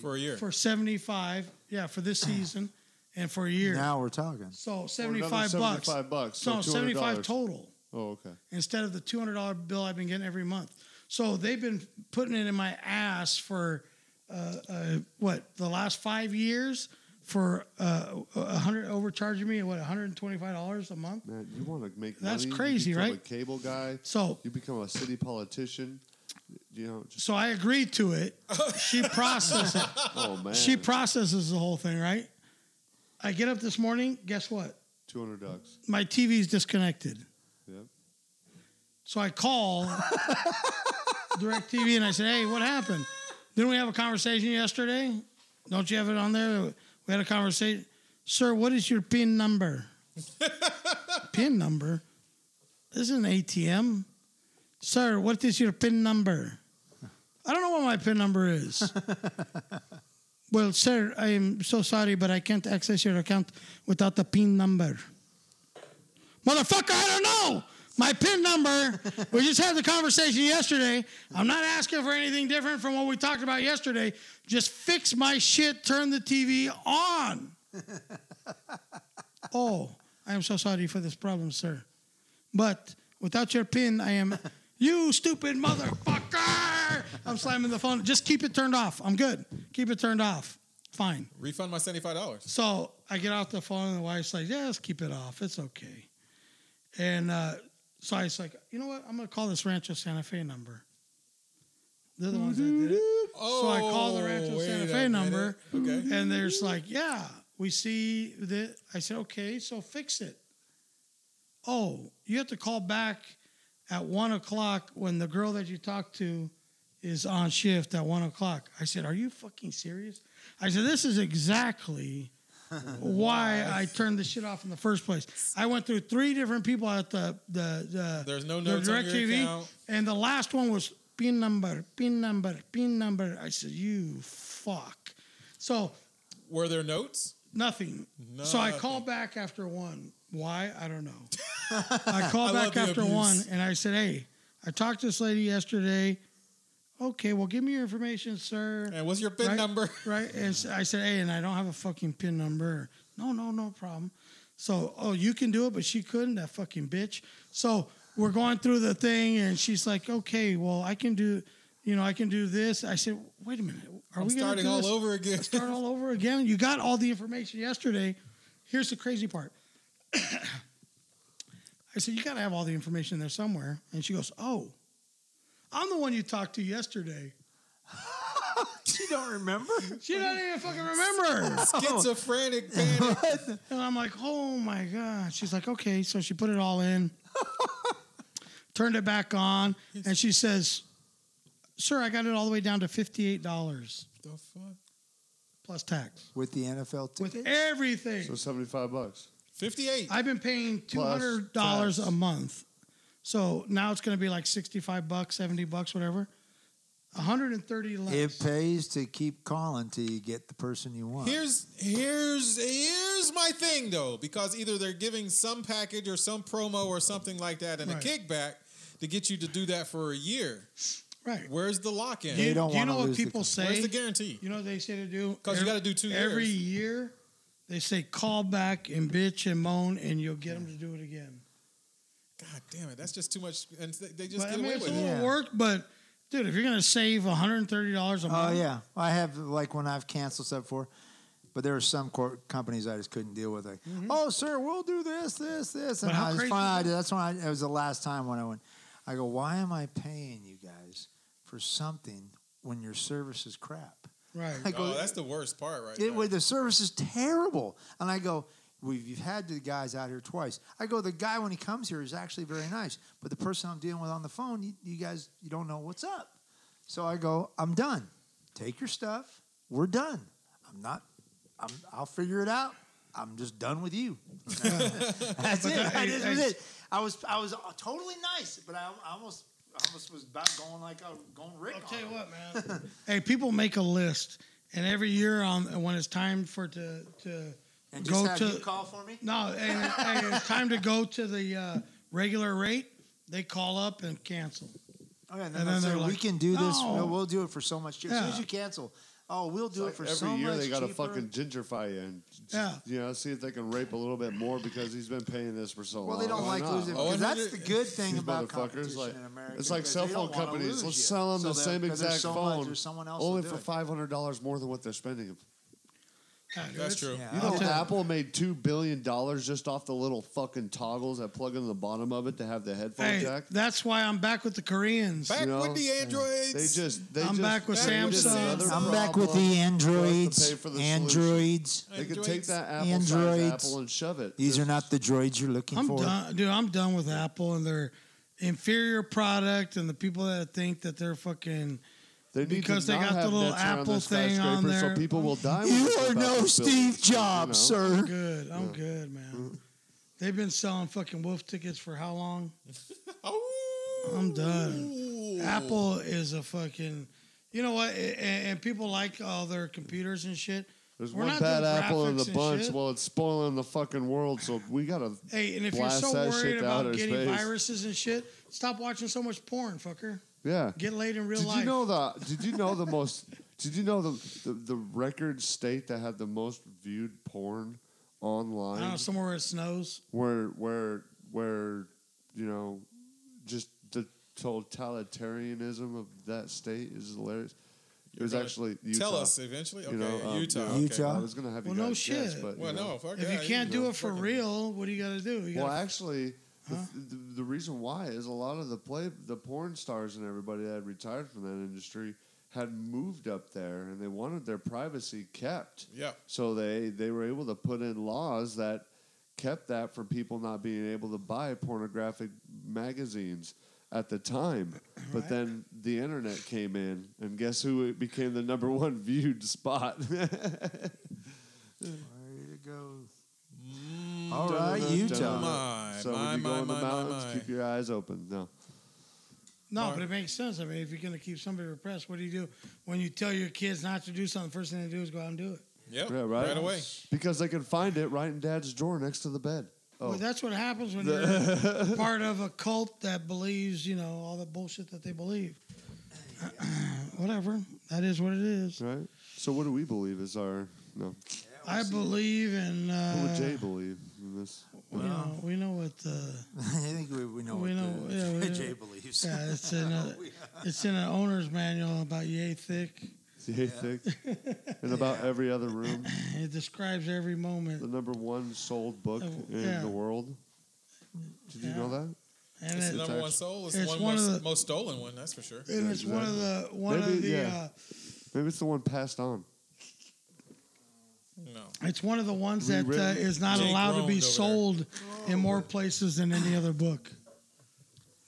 for a year. for seventy five. Yeah, for this season and for a year. Now we're talking. so Or another seventy five bucks. 75 bucks. So So seventy five $200. total Oh, okay. instead of the two hundred dollar bill I've been getting every month. So they've been putting it in my ass for uh, uh, what the last five years for uh, a hundred overcharging me at what one hundred and twenty five dollars a month. Man, you want to make That's money, crazy, you become right? A cable guy, So you become a city politician. You know, just, so I agreed to it. She processed it. oh man, She processes the whole thing, right? I get up this morning. Guess what? 200 bucks. My TV's disconnected. Yep. So I call DirecTV and I said, "Hey, what happened? Didn't we have a conversation yesterday? Don't you have it on there? We had a conversation, sir. What is your PIN number? PIN number? This is an ATM, sir. What is your PIN number? I don't know what my PIN number is. well, sir, I am so sorry, but I can't access your account without the PIN number. Motherfucker, I don't know. My PIN number. we just had the conversation yesterday. I'm not asking for anything different from what we talked about yesterday. Just fix my shit. Turn the TV on. oh, I am so sorry for this problem, sir. But without your PIN, I am. You stupid motherfucker! I'm slamming the phone. Just keep it turned off. I'm good. Keep it turned off. Fine. Refund my seventy five dollars. So I get off the phone, and the wife's like, "Yeah, let's keep it off. It's okay." And uh, so I was like, "You know what? I'm gonna call this Rancho Santa Fe number. They're the ones that did it." Oh, I call the Rancho wait Santa a Fe minute. number. Okay. And there's like, "Yeah, we see that." I said, "Okay, so fix it." Oh, you have to call back at one o'clock when the girl that you talked to is on shift at one o'clock. I said, "Are you fucking serious?" I said, "This is exactly." why I turned the shit off in the first place. I went through three different people at the the, the There's no the notes on your DirecTV, account. and the last one was pin number, pin number, pin number. I said, "You fuck." So Were there notes? nothing. So I called back after one. Why? I don't know. I called back I love the after abuse. one and I said, "Hey, I talked to this lady yesterday. Okay, well, give me your information, sir." And what's your pin Right. number? right? And so I said, hey, and I don't have a fucking pin number. No, no, no problem. So, oh, you can do it, but she couldn't, that fucking bitch. So we're going through the thing, and she's like, okay, well, I can do, you know, I can do this. I said, wait a minute. Are I'm we gonna starting do all this? over again. Start all over again. You got all the information yesterday. Here's the crazy part. I said, you got to have all the information there somewhere. And she goes, oh, I'm the one you talked to yesterday. You don't remember? She doesn't even fucking remember. Schizophrenic panic. And I'm like, oh my God. She's like, okay. So she put it all in, turned it back on, and she says, Sir, I got it all the way down to $58 the fuck? plus tax With the NFL with ticket? So everything. 75 bucks. Fifty eight. I've been paying Plus $200 tax. a month. So now it's going to be like 65 bucks, 70 bucks, whatever. 130 less. It pays to keep calling till you get the person you want. Here's here's here's my thing though, because either they're giving some package or some promo or something like that and Right. a kickback to get you to do that for a year. right. Where's the lock in? You Do- don't do you wanna know what lose the people con- Where's say? the guarantee? you know what they say to do? 'Cause you Every- gotta do two Every years. year, they say call back and bitch and moan and you'll get them to do it again. God damn it, that's just too much. And th- they just but, I get mean, away it's with a it. little Yeah. work, but dude, if you're going to save $130 a month. Oh yeah, I have like when I've canceled stuff for, but there were some cor- companies I just couldn't deal with. Like, oh sir, we'll do this, this, this, and Mm-hmm. But how I was crazy finally, is I did, that's when I, it was the last time when I went. I go, why am I paying you guys for something when your service is crap? Right. I go, Oh, that's the worst part, right? it, there. well, the service is terrible. And I go, we've had the guys out here twice. I go, the guy when he comes here is actually very nice, but the person I'm dealing with on the phone, you, you guys, you don't know what's up. So I go, I'm done. Take your stuff. We're done. I'm not. I'm, I'll figure it out. I'm just done with you. That's it. that- I, just I- was it. I was I was totally nice, but I, I almost I almost was about going like I was going Rick. I'll on tell you him. what, man. hey, people make a list, and every year on when it's time for it to to And go just have to you call for me. no, hey, hey, it's time to go to the uh, regular rate. They call up and cancel. Oh, yeah, And and then, they'll then say, they're we like, can do this. "No." We'll, we'll do it for so much cheaper. As soon Yeah. as you cancel, oh, we'll do it for Every so year much they gotta cheaper. fucking gingerfy you and just, Yeah. you know see if they can rape a little bit more because he's been paying this for so well, long. they don't Why like not? losing. Oh, I Because know that's they- the good thing These motherfuckers, about competition like in America. it's like because cell they phone don't wanna companies. lose Let's you. sell them So the they'll- same 'cause there's exact so much, phone, There's someone else only to do for it. five hundred dollars more than what they're spending. God, dude, That's it's- true. Yeah, You I'll know, tell Apple made two billion dollars just off the little fucking toggles that plug in the bottom of it to have the headphone Hey, jack. that's why I'm back with the Koreans. Back you know, with the androids. They just, they I'm just back with created Samsung. another I'm back problem with the for us to androids. pay for the androids. They could Androids. take that Apple size Androids. Apple and shove it. These are not the droids you're looking I'm for. done, dude. I'm done with Apple and their inferior product and the people that think that they're fucking. They need to because they not got the have little nets around Apple their thing on skyscrapers there. So people will die. when You they go are back no and build Steve things, you know? Jobs, sir. Good. I'm good, Mm. man. They've been selling fucking wolf tickets for how long? Oh. I'm done. Apple is a fucking. You know what? A- a- And, people like all their computers and shit. There's We're one not bad doing apple in graphics the and bunch. shit. Well, it's spoiling the fucking world, so we gotta. Hey, and if Blast you're so that worried shit to about outer getting space. viruses and shit, stop watching so much porn, fucker. Yeah. Get laid in real Did life. you know the? Did you know the most? Did you know the, the the record state that had the most viewed porn I online? don't know, somewhere where it snows. where where where you know just the totalitarianism of that state is hilarious. It was gonna actually Utah. Tell us eventually. Okay, You know, um, Utah. yeah. okay. Utah. I was gonna have you Well, no guys guess, shit. but you Well, know. no, fuck If yeah, you can't do know, it for fucking- real, what do you got to do? You Well, gotta- actually, the, the, the reason why is a lot of the play the porn stars and everybody that had retired from that industry had moved up there and they wanted their privacy kept. Yeah. So they they were able to put in laws that kept that from people not being able to buy pornographic magazines at the time. But then the internet came in, and guess who it became the number one viewed spot? Way to go. All right, Utah. My, so my, when you go my, in the my, my, mountains, my. keep your eyes open. No. No, but it makes sense. I mean, if you're going to keep somebody repressed, what do you do when you tell your kids not to do something? First thing they do is go out and do it. Yep. Yeah, right? away. Because they can find it right in dad's drawer next to the bed. Oh, Well, that's what happens when you're part of a cult that believes, you know, all the bullshit that they believe. Whatever. That is what it is. right? So what do we believe is our no? I believe in. Uh, What would Jay believe in this? you know, we know what uh, the. I think we, we know We what know- the, yeah, we- Jay believes. Yeah, it's in a, it's in an owner's manual about yay thick. Jay thick. In about every other room, It describes every the moment. number one sold book Oh, in yeah. the world. Did you know Yeah. that? And It's it, the number one soul. It's, it's one, one of most, the- most stolen one. That's for sure. and it's one of the one Maybe, of the uh, yeah. Maybe it's the one passed on. No. It's one of the ones that uh, Rewritten. is not Jake allowed to groaned over be there. sold Oh. in more places than any other book.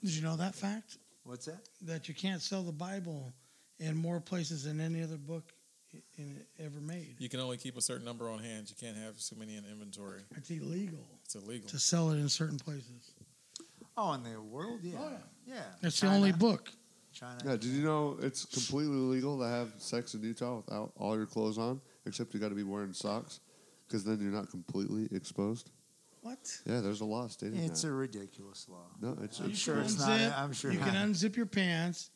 Did you know that fact? What's that? That you can't sell the Bible in more places than any other book i- in, ever made. You can only keep a certain number on hand. You can't have so many in inventory. It's illegal It's illegal. to sell it in certain places. Oh, in the world, yeah, yeah. It's the only China. book. China. Yeah, did you know it's completely illegal to have sex in Utah without all your clothes on, except you got to be wearing socks, because then you're not completely exposed. What? Yeah, there's a law stating It's that. a ridiculous law. no, it's, I'm it's sure it's not. Unzip. I'm sure you not. can unzip your pants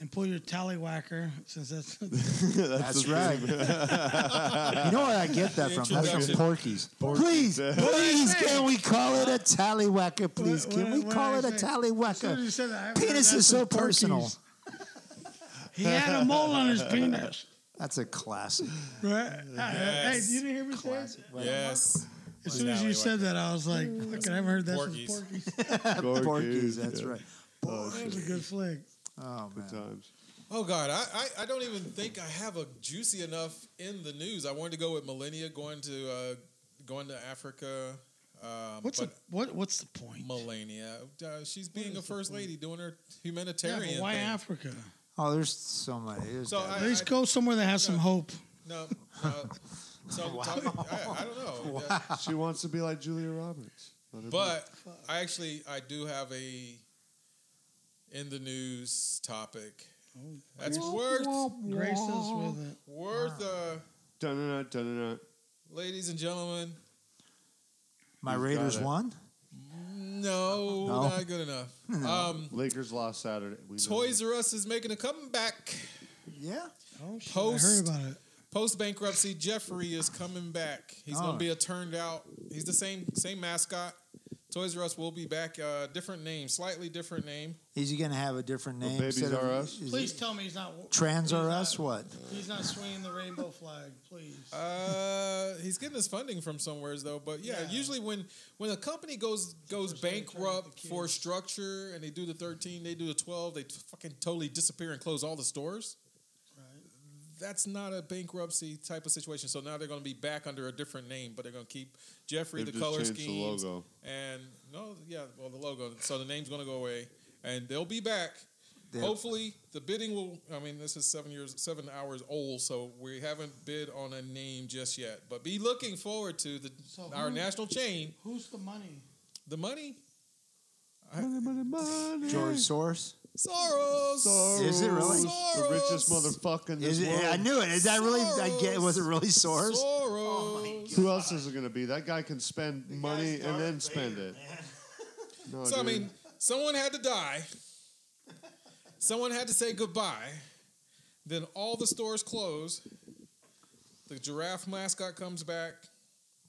and pull your tallywhacker since that's That's right. you know where I get that from? That's from Introduction. Porky's. Please, please, can we call it a tallywhacker? Please, What- can we what- what call it did I say? a As soon as you tallywhacker? said that, I haven't heard Penis that is so since Porky's. personal. He had a mole on his penis. That's a classic. Right? Hey, Yes. you didn't hear me say it? classic. Yes. As soon as you said that, I was like, Mm. fucking, I've heard that Porky's. since Porky's. Porky's, Porky's, that's yeah. right. That was a good flick. Oh, Good man. times. Oh God, I, I, I don't even think I have a juicy enough in the news. I wanted to go with Millennia going to uh, going to Africa. Um, What's the but what? What's the point? Melania? Uh, she's being is a the first lady doing her Yeah, humanitarian. but why thing. Africa? Oh, there's so many. There's So gotta I- At least go somewhere that has some hope. No. Uh, so talking, I, I don't know. Uh, She wants to be like Julia Roberts. Let her be. But I actually I do have a in the news topic. Oh, That's worth Grace us with it. worth uh, Dun-dun-dun, dun-dun-dun. ladies and gentlemen. My You've got Raiders it. won. No, No. not good enough. Um, Lakers lost Saturday. We know. Toys R Us is making a comeback. Yeah. Oh, shit, Post- I heard about it. Post bankruptcy, Jeffrey is coming back. He's Oh. gonna be a turned out. He's the same same mascot. Toys R Us will be back. Uh, different name, slightly different name. Is he going to have a different Well, name? Babies instead of- R Us? is Please it tell me he's not Trans he's R not- Us? What? He's not swinging the rainbow flag, please. Uh, he's getting his funding from somewheres though. But yeah, Yeah. usually when when a company goes goes First they turn out the bankrupt kids. for structure and they do the thirteen, they do the twelve, they t- fucking totally disappear and close all the stores. Right. That's not a bankruptcy type of situation. So now they're going to be back under a different name, but they're going to keep Jeffrey They've the just color changed the scheme. logo. And no, yeah, well the logo. So the name's going to go away, and they'll be back. They- Hopefully, the bidding will. I mean, this is seven years, seven hours old, so we haven't bid on a name just yet. But be looking forward to the So our who- national chain. Who's the money? The money, Money, money, money. George Soros? Soros. Is it really? The Soros. richest motherfucker in this Is it, world. I knew it. Is that really? I get. Soros. Was it really Soros? Soros. Oh, Who else is it going to be? That guy can spend money and then spend it. No, So I dude. mean, someone had to die. Someone had to say goodbye. Then all the stores close. The giraffe mascot comes back.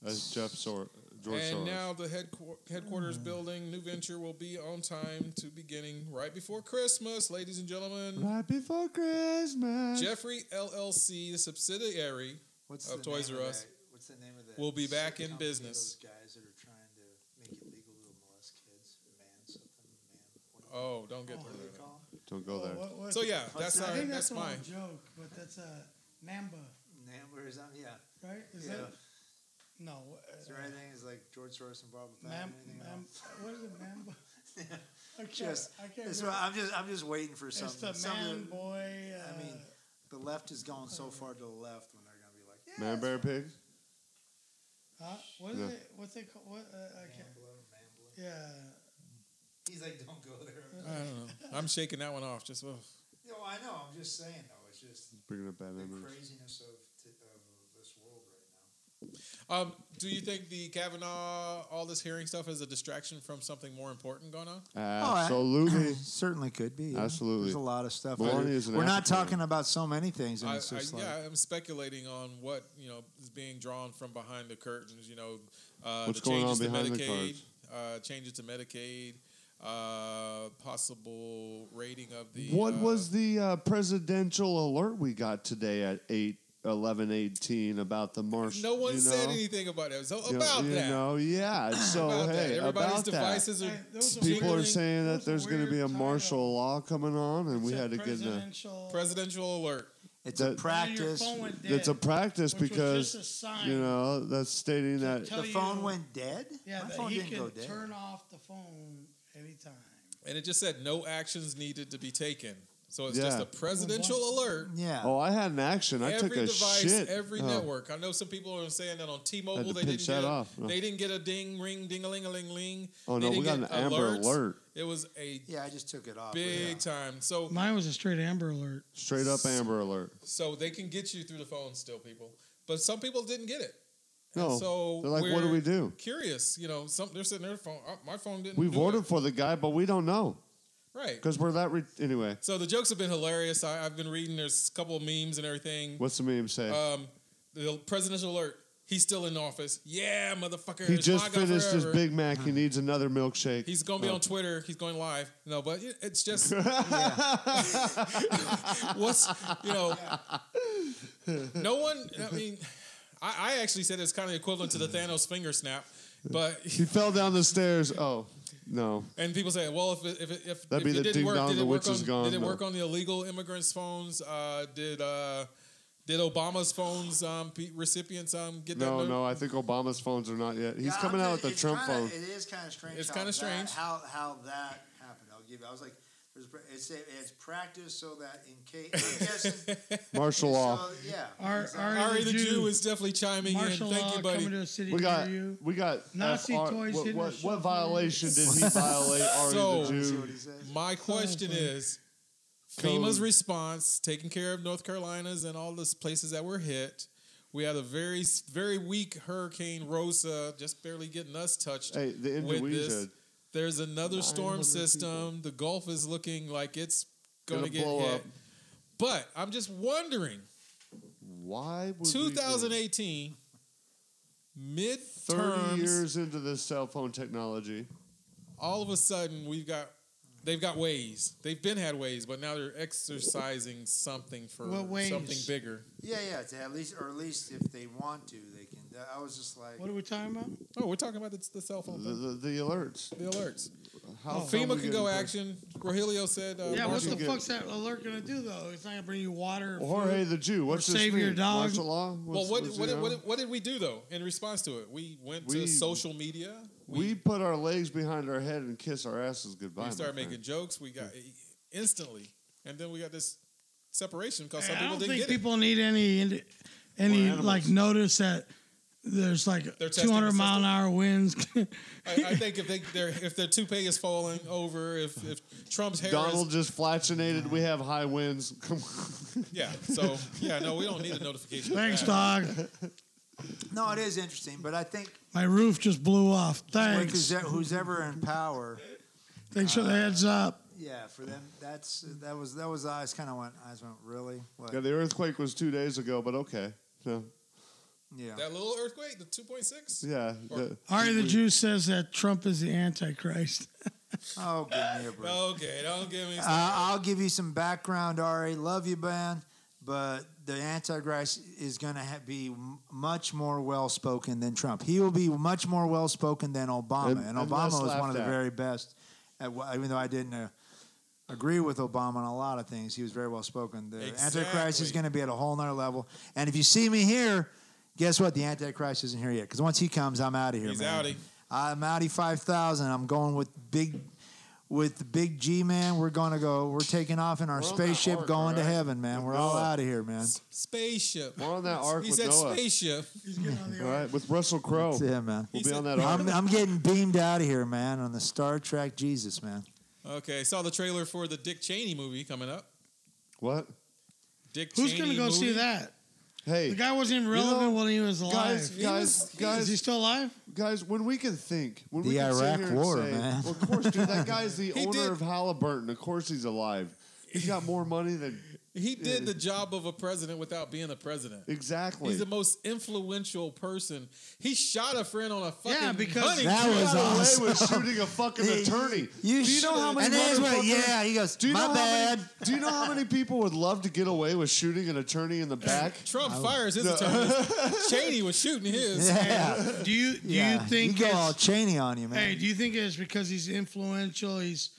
that's Jeff Sor- George and Soros. now the headqu- headquarters building, new venture, will be on time to beginning right before Christmas, ladies and gentlemen. right before Christmas, Jeffrey LLC, the subsidiary, What's of Toys name R of Us. that- What's the name of that? We'll be back in company, business. Those guys that are trying to make it legal to molest kids, man, something, man. What do you- oh, don't get What do there. they call it? don't go there. Oh, what- what- So yeah, that's I our, think that's, that's, a mine. little joke, but that's a Namba, Name, where is that? Yeah. right? Is Yeah. that no? uh, Is there anything is like George Soros involved with that? Mam, anything at all? mam, what is it, Mamba? I can't, Just, I can't. it's, remember. I'm just, I'm just waiting for It's something. the Some of man the- boy. Uh, I mean, the left is going so far to the left when they're going to be like, yeah, Man, bear, pig. huh? what is yeah. it? What's it called? What? Uh, I man can't. blue, man blue. Yeah. He's like, don't go there. I don't know. I'm shaking that one off. Just ugh. No, I know. I'm just saying though. It's just Bringing up bad the memories. craziness of, t- of this world right Um, now. do you think the Kavanaugh all this hearing stuff is a distraction from something more important going on? Oh, Absolutely. Uh, Certainly could be. yeah. Absolutely. There's a lot of stuff. Maloney is an We're not African. talking about so many things. And I, it's I, just like, yeah, I'm speculating on what you know is being drawn from behind the curtains. You know, uh, What's the going changes on to behind the Medicaid, cards? uh, changes to Medicaid, uh, possible rating of the. What uh, was the uh, presidential alert we got today at 8, 11, 18 about the marshal? No one you said know? anything about that. So You know- about you that. know, yeah. So about hey, that. Everybody's about that. devices are. Hey, those are People are jingling. saying that That's a there's going weird to be a title. martial law coming on, and we It's a had to get in. a- presidential. presidential alert. it's That- a Now your practice. phone went It's a dead, practice which was because just a sign you know that's stating to that tell the phone you- went dead. Yeah, My that phone he didn't can go dead. turn off the phone anytime. And it just said no actions needed to be taken. So it's Yeah. just a presidential alert. Yeah. Oh, I had an action. I every took a device, shit. every Oh, network. I know some people are saying that on Had T-Mobile to they pinch didn't that get a, off. Oh. they didn't get a ding ring ding a ling a ling ling. Oh, They no, didn't we got an get Amber alerts. Alert. It was a yeah, I just took it Oh, off. big yeah. time. So Mine was a straight Amber Alert. Straight up Amber Alert. so they can get you through the phone still, people. But some people didn't get it. And No, so they're like, what do we're we do? Curious, you know, some they're sitting there. Phone, uh, my phone didn't. We've do voted it. for the guy, but we don't know right. because we're that. Re- anyway, So the jokes have been hilarious. I, I've been reading. There's a couple of memes and everything. what's the meme say? Um, the presidential alert. He's still in office. Yeah, motherfucker. he it's just MAGA finished his forever. Uh-huh. Big Mac. He needs another milkshake. He's gonna be Oh. on Twitter. He's going live. No, but it- it's just what's you know. No one. I mean, I, I actually said it's kind of equivalent to the Thanos finger snap, but He fell down the stairs. Oh no! and people say, well, if it, if it, if, That'd if be the it didn't ding work, dong, did the it work witch is on, gone, did it no. work on the illegal immigrants' phones? Uh, did uh, did Obama's phones um, pe- recipients um, get that? No, note? no. I think Obama's phones are not yet. He's Yeah, coming I'm out just- with the it's Trump kinda, phone. It is kind of strange. It's how kinda that- strange. how how that happened. I'll give. you. I was like, there's, pra- it's it's practice so that in case. I'm guessing. Martial law. so, yeah. Our, exactly. our, Ari the Jew is definitely chiming martial in. Thank law you, buddy. coming to a city We got. near you. We got. Nazi FR toys What, hidden what, in the what shop. violation did he violate? Ari So- the See Jew. what he says. My question is FEMA's response, taking care of North Carolina's and all those places that were hit. We had a very, very weak Hurricane Rosa, just barely getting us touched. Hey, the with this. Indonesia. There's another storm 900 system. The Gulf is looking like it's going to Gonna get blow hit. up. But I'm just wondering Why would we do- 2018, midterms. Thirty years into this cell phone technology. all of a sudden we've got they've got ways they've been had ways but now they're exercising something for What ways? something bigger Yeah, yeah. To at least, or at least if they want to, they can. I was just like, What are we talking about? oh we're talking about the, the cell phone The, thing, the, the alerts. the, alerts How come we Oh. fema can get go in- action rogelio said uh, Yeah, what Martial the law. fuck's that alert gonna do though? It's not gonna bring you water. or Jorge food. the Jew. What's this save your mean? dog. Martial law. well What's- what, what's- uh, what, you did- know? what, did- what did we do though in response to it we went to We- social media We put our legs behind our head and kiss our asses goodbye. we my started friend. making jokes we got instantly and then we got this separation because some I people don't didn't think get people need any indi- any animals. like notice that there's like testing 200 the mile an hour winds. it I, I think if they their if their toupee is falling over if, if trump's hair is Donald just flatulated. We have high winds. Come on. Yeah. So yeah, no, we don't need a notification. Thanks, Uh, dog. no, it is interesting, but I think My roof just blew off. who's, Thanks. who's ever in power, Thanks for the heads up. yeah, for them, that's that was that was. I just kind of went. I just went, really? What? yeah, the earthquake was two days ago, but okay. No, Yeah. That little earthquake, the two point six. yeah. Or- the- Ari the Jew says that Trump is the Antichrist. Oh, give me a break. Okay, don't give me. Uh, I'll give you some background, Ari. Love you, man. But the Antichrist is going to ha- be m- much more well spoken than Trump. He will be much more well spoken than Obama. And- and And, Obama less was one laughed of the at. very best. At, wh- even though I didn't uh, agree with Obama on a lot of things, he was very well spoken. The Antichrist is Exactly. going to be at a whole nother level. And if you see me here, guess what? The Antichrist isn't here yet. Because once he comes, I'm out of here, He's man. outie. I'm outie 5,000. I'm going with big with the big G man, we're gonna go. We're taking off in our We're on that spaceship, arc, going to alright? heaven, man. We're all Noah. out of here, man. Spaceship. We're on that arc He with said Noah. spaceship. He's getting on the all right, with Russell Crowe. That's it, man. He We'll be said- on that arc. I'm, I'm getting beamed out of here, man, on the Star Trek Jesus, man. Okay, saw the trailer for the Dick Cheney movie coming up. What? Dick. Who's Cheney gonna go see movie. that? Hey, The guy wasn't even relevant know, when he was alive. guys, guys, is he guys, still alive? guys. When we can think, when we The can sit Iraq here and War, say, man. Well, of course, dude. That guy's the He owner did- of Halliburton. Of course, he's alive. He's got more money than He did Yeah. the job of a president without being a president. exactly. He's the most influential person. He shot a friend on a fucking Yeah, because- hunting That trip. was got away awesome. with shooting a fucking attorney. You do you know how should- many And then he's like, motherfuckers- yeah, he goes, Do you my know how bad. Many, do you know how many people would love to get away with shooting an attorney in the back? Trump fires his attorney. Cheney was shooting his. yeah, Do you do yeah. you think go all it's- Cheney on you, man? Hey, do you think it's because he's influential? He's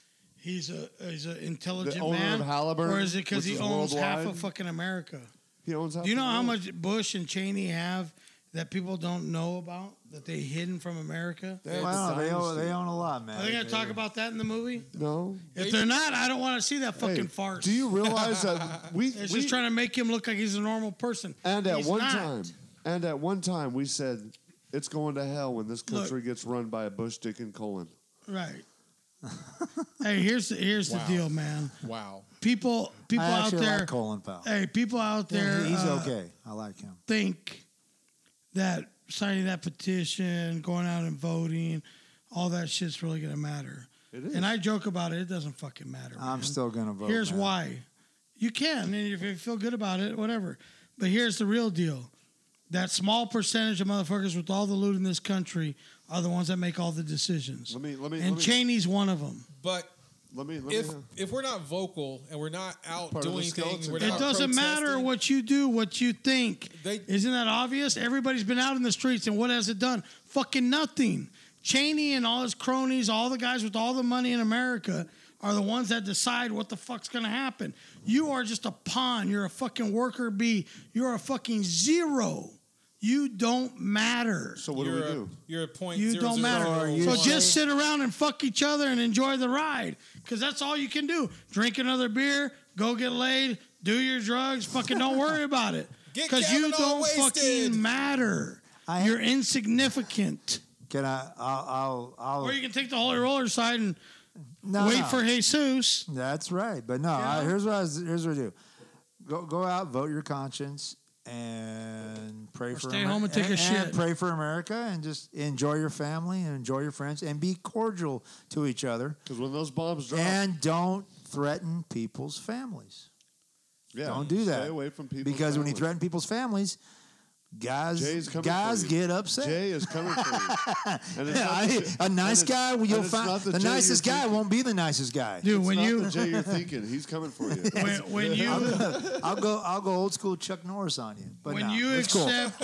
he's a he's an intelligent owner man, of Halliburton, or is it which because he is owns half worldwide? of fucking America? He owns half Do you know the how world. much Bush and Cheney have that people don't know about that they hidden from America? had Wow, the they own, dynasty. they own a lot, man. Are they going to talk about that in the movie? No. If they're not, I don't want to see that fucking Hey, farce. Do you realize that we, It's we just trying to make him look like he's a normal person. and at He's one not. time and at one time we said it's going to hell when this country gets run by a Bush, Dick, and Colin. right? hey, here's the, here's Wow. the deal, man. Wow. People people I out actually there. like Colin Powell. hey, people out there. Yeah, he's uh, okay. I like him. Think that signing that petition, going out and voting, all that shit's really gonna matter. It is. And I joke about it. It doesn't fucking matter. I'm man. still gonna vote. Here's man. why. You can, and if you feel good about it, whatever. But here's the real deal. That small percentage of motherfuckers with all the loot in this country are the ones that make all the decisions. Let me let me And let me, Cheney's one of them. But let me let if me if we're not vocal and we're not out Part of the doing things, skeleton. we're They're It not doesn't matter protesting, what you do, what you think. They- Isn't that obvious? Everybody's been out in the streets, and what has it done? Fucking nothing. Cheney and all his cronies, all the guys with all the money in America, are the ones that decide what the fuck's gonna happen. You are just a pawn. You're a fucking worker bee. You're a fucking zero. You don't matter. so what do you're we a, do? You're a point You zero don't zero matter. zero so one. just sit around and fuck each other and enjoy the ride, because that's all you can do. Drink another beer, go get laid, do your drugs, fucking don't worry about it, Get because you Kavanaugh don't wasted. fucking matter. I- You're insignificant. Can I? I'll. I'll, I'll Or you can take the holy roller side and no, wait no. for Jesus. That's right. But no, I, Yeah. here's what I was, here's what I do. Go go out, vote your conscience, and pray for stay home and take a shit. Pray for America, and just enjoy your family and enjoy your friends, and be cordial to each other, Because when those bombs drop, and don't threaten people's families. yeah, don't do that. Stay away from people because when you threaten people's families, Jay's guys coming guys for you. get upset. Jay is coming for you. And it's Yeah, not I- the- a nice and it's- guy, well, and you'll it's find not the, Jay you're nicest guy thinking. won't be the nicest guy. Dude, It's when not you the Jay you're thinking he's coming for you. when, when you I'll go. I'll go old school Chuck Norris on you. But when no, you it's cool. accept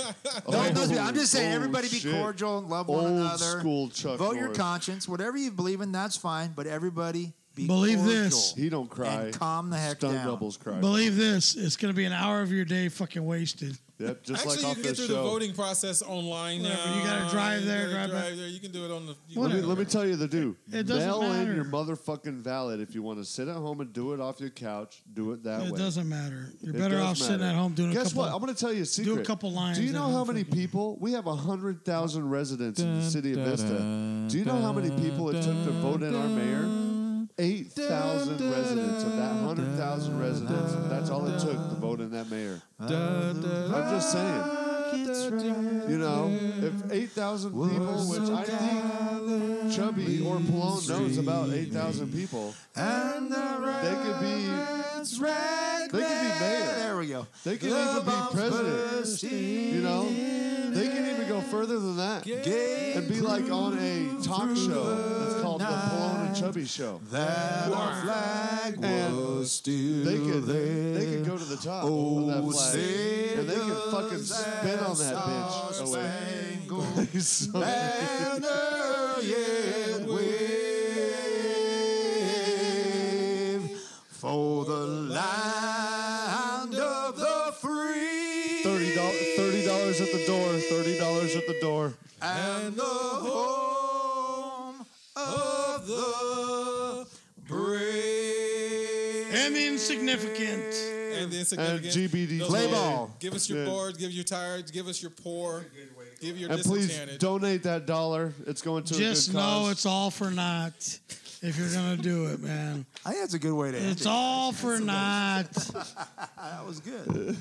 No, it must be- I'm just saying, Oh, everybody be shit. cordial and love one Old another. school Chuck. Vote your Norris. conscience. Whatever you believe in, that's fine. But everybody be Believe cordial this. He don't cry. and calm the heck Stun down. doubles cry. believe this, it's gonna be an hour of your day fucking wasted. Yep, just Actually, like off you can get this through show. the voting process online Whatever, now. you gotta drive there, You gotta drive back. there. You can do it on the. you Let can me, do let me tell you the do. It doesn't Mail matter. in your motherfucking valid if you want to sit at home and do it off your couch. Do it that It way. doesn't matter. You're It better does off sitting matter. at home doing Guess a couple. what? I'm going to tell you a secret. couple lines Do you at know how home many fucking- people? We have hundred thousand residents in the city of Vista. Do you know how many people it took to vote in our mayor? Eight thousand residents of that hundred thousand residents. That's all it took to vote in that mayor. I'm just saying. You know, if 8,000 people, which I think Chubby or Pallone knows about 8,000 people, they could be, they could be mayor. There we go. They could even be president. You know, they can even go further than that and be like on a talk show that's called the Pallone and Chubby Show. That our flag And was still They could, there. they could go to the top Oh, of that flag, and they could Savior's fucking spin on that bitch. Oh, wait. Spangled banner yet wave for the land of the free Thirty dollars. Thirty dollars at the door. Thirty dollars at the door. and the home of the brave. And the insignificant. it. And the insignificant. And GBD. Those Play who- ball. Give us your Yeah. boards. Give your tires. Give us your poor. Give your And please disenchanted. donate that dollar. It's going to Just a good cause. know it's all for naught if you're gonna do it, man. I think that's a good way to end It's it. all for naught. That was good.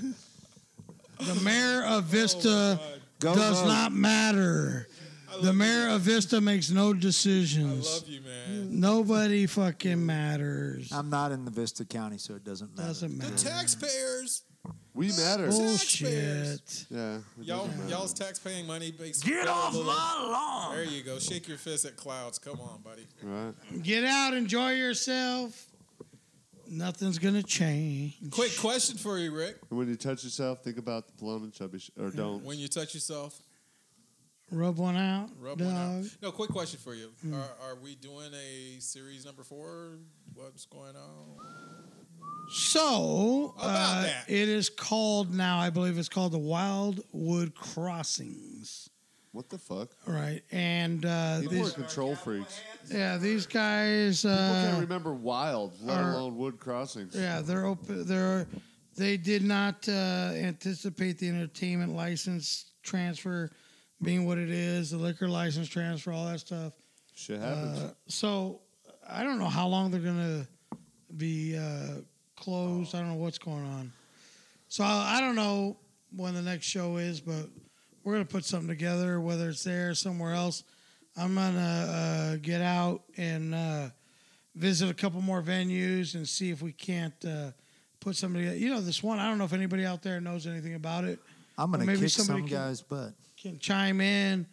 The mayor of Oh Vista Go does vote. not matter. The mayor of Vista makes no I decisions. love you, Mm, man. Nobody fucking matters. I'm not in the Vista County, so it doesn't matter. Doesn't The matter. taxpayers. we matter. Bullshit. Yeah. it Y'all, doesn't matter. y'all's taxpaying money makes. Get off my lawn. There you go. Shake your fist at clouds. Come on, buddy. Right. Get out, enjoy yourself. Nothing's gonna change. Quick question for you, Rick. And when you touch yourself, think about the Plum and Chubby, sh- or don't. When you touch yourself, Rub one out, rub dog. one out. No, quick question for Mm. you. Are, are we doing a series number four? What's going on? So About uh, that. it is called now. I believe it's called the Wildwood Crossings. What the fuck? All Right, and uh, People are these, control freaks. yeah, these guys. People can't Uh, remember wild, let are- alone wood crossings. yeah, they're open. They're they did not uh, anticipate the entertainment license transfer being what it is, the liquor license transfer, all that stuff. Shit happens. Uh, so I don't know how long they're gonna be uh, closed. I don't know what's going on. So I, I don't know when the next show is, but we're gonna put something together, whether it's there or somewhere else. I'm gonna uh, get out and uh, visit a couple more venues and see if we can't uh, put somebody. You know, this one. I don't know if anybody out there knows anything about it. I'm gonna Well, maybe kick some somebody can- guy's butt. Can chime in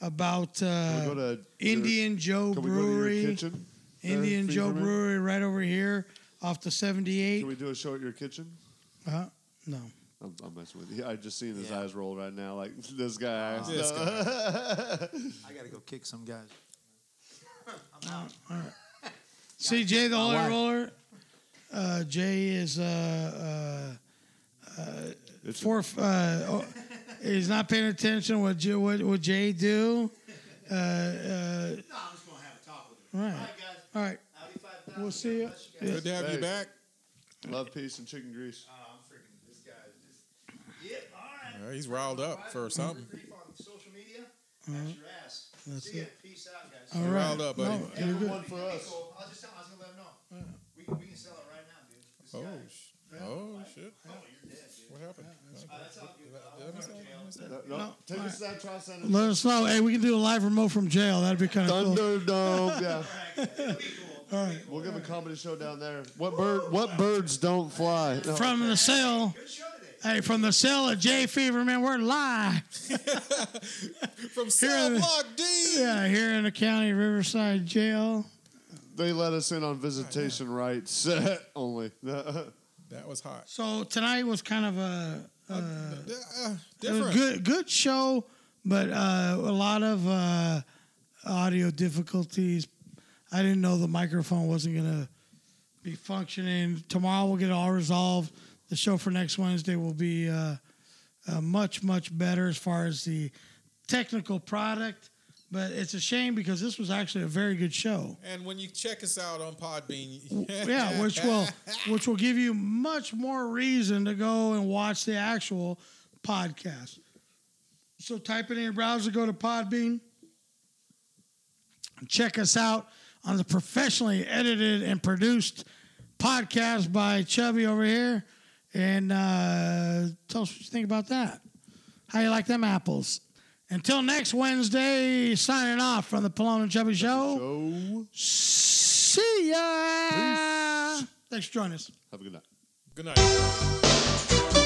about Can we uh, go to Indian Joe your, can we go Brewery. to your kitchen? there, Indian for you Joe for me? Brewery right over here off the Can 78. we do a show at your kitchen? uh, no. I'm, I'm messing with you. I just seen his Yeah. eyes roll right now. Like this guy. This I gotta go kick some guys. CJ the My Holy wife. Roller. Uh, Jay is uh, uh, It's- four. Uh, oh, he's not paying attention. What Jay, what, what Jay do? Uh, uh, No, I'm just gonna have a talk all with right. All right. We'll see you. Good to have you Thanks. back. Love, peace, and chicken grease. Oh, I'm freaking this guy is just Yep, all right. Yeah, he's riled up for something. Grief on social media. That's your ass. That's See ya. it. Peace out, guys. All You're right. riled up, buddy. No, Yeah, you're good. one for us. Cool. I'll just tell I was gonna let him know. We, can, we can sell it right now, dude. This Oh, guy- sh- oh shit. oh, you're dead, dude. What happened? Uh, that's all good. I'll- Did I miss that? Did I miss that? No, no, Uh, No, Take all a right. snap, try send it. Let us know. Hey, we can do a live remote from jail. That'd be kind of cool. Thunderdome. yeah. All right. We'll give a comedy show down there. What bird? What birds don't fly? No. From the cell. Hey, from the cell of Jay Fever, man, we're live. From cell the- block D. Yeah, here in the county Riverside Jail. they let us in on visitation rights only. That was hot. So tonight was kind of a, a, Yeah, uh, it was different. good good show, but uh, a lot of uh, audio difficulties. I didn't know the microphone wasn't gonna be functioning. Tomorrow we'll get it all resolved. The show for next Wednesday will be uh, uh, much much better as far as the technical product. But it's a shame because this was actually a very good show. And when you check us out on Podbean, yeah, which will which will give you much more reason to go and watch the actual podcast. So type it in your browser, go to Podbean, check us out on the professionally edited and produced podcast by Chubby over here, and uh, tell us what you think about that. How you like them apples? Until next Wednesday, signing off from the Palone and Chubby Show. so See ya. Thanks for joining us. have a good night. Good night.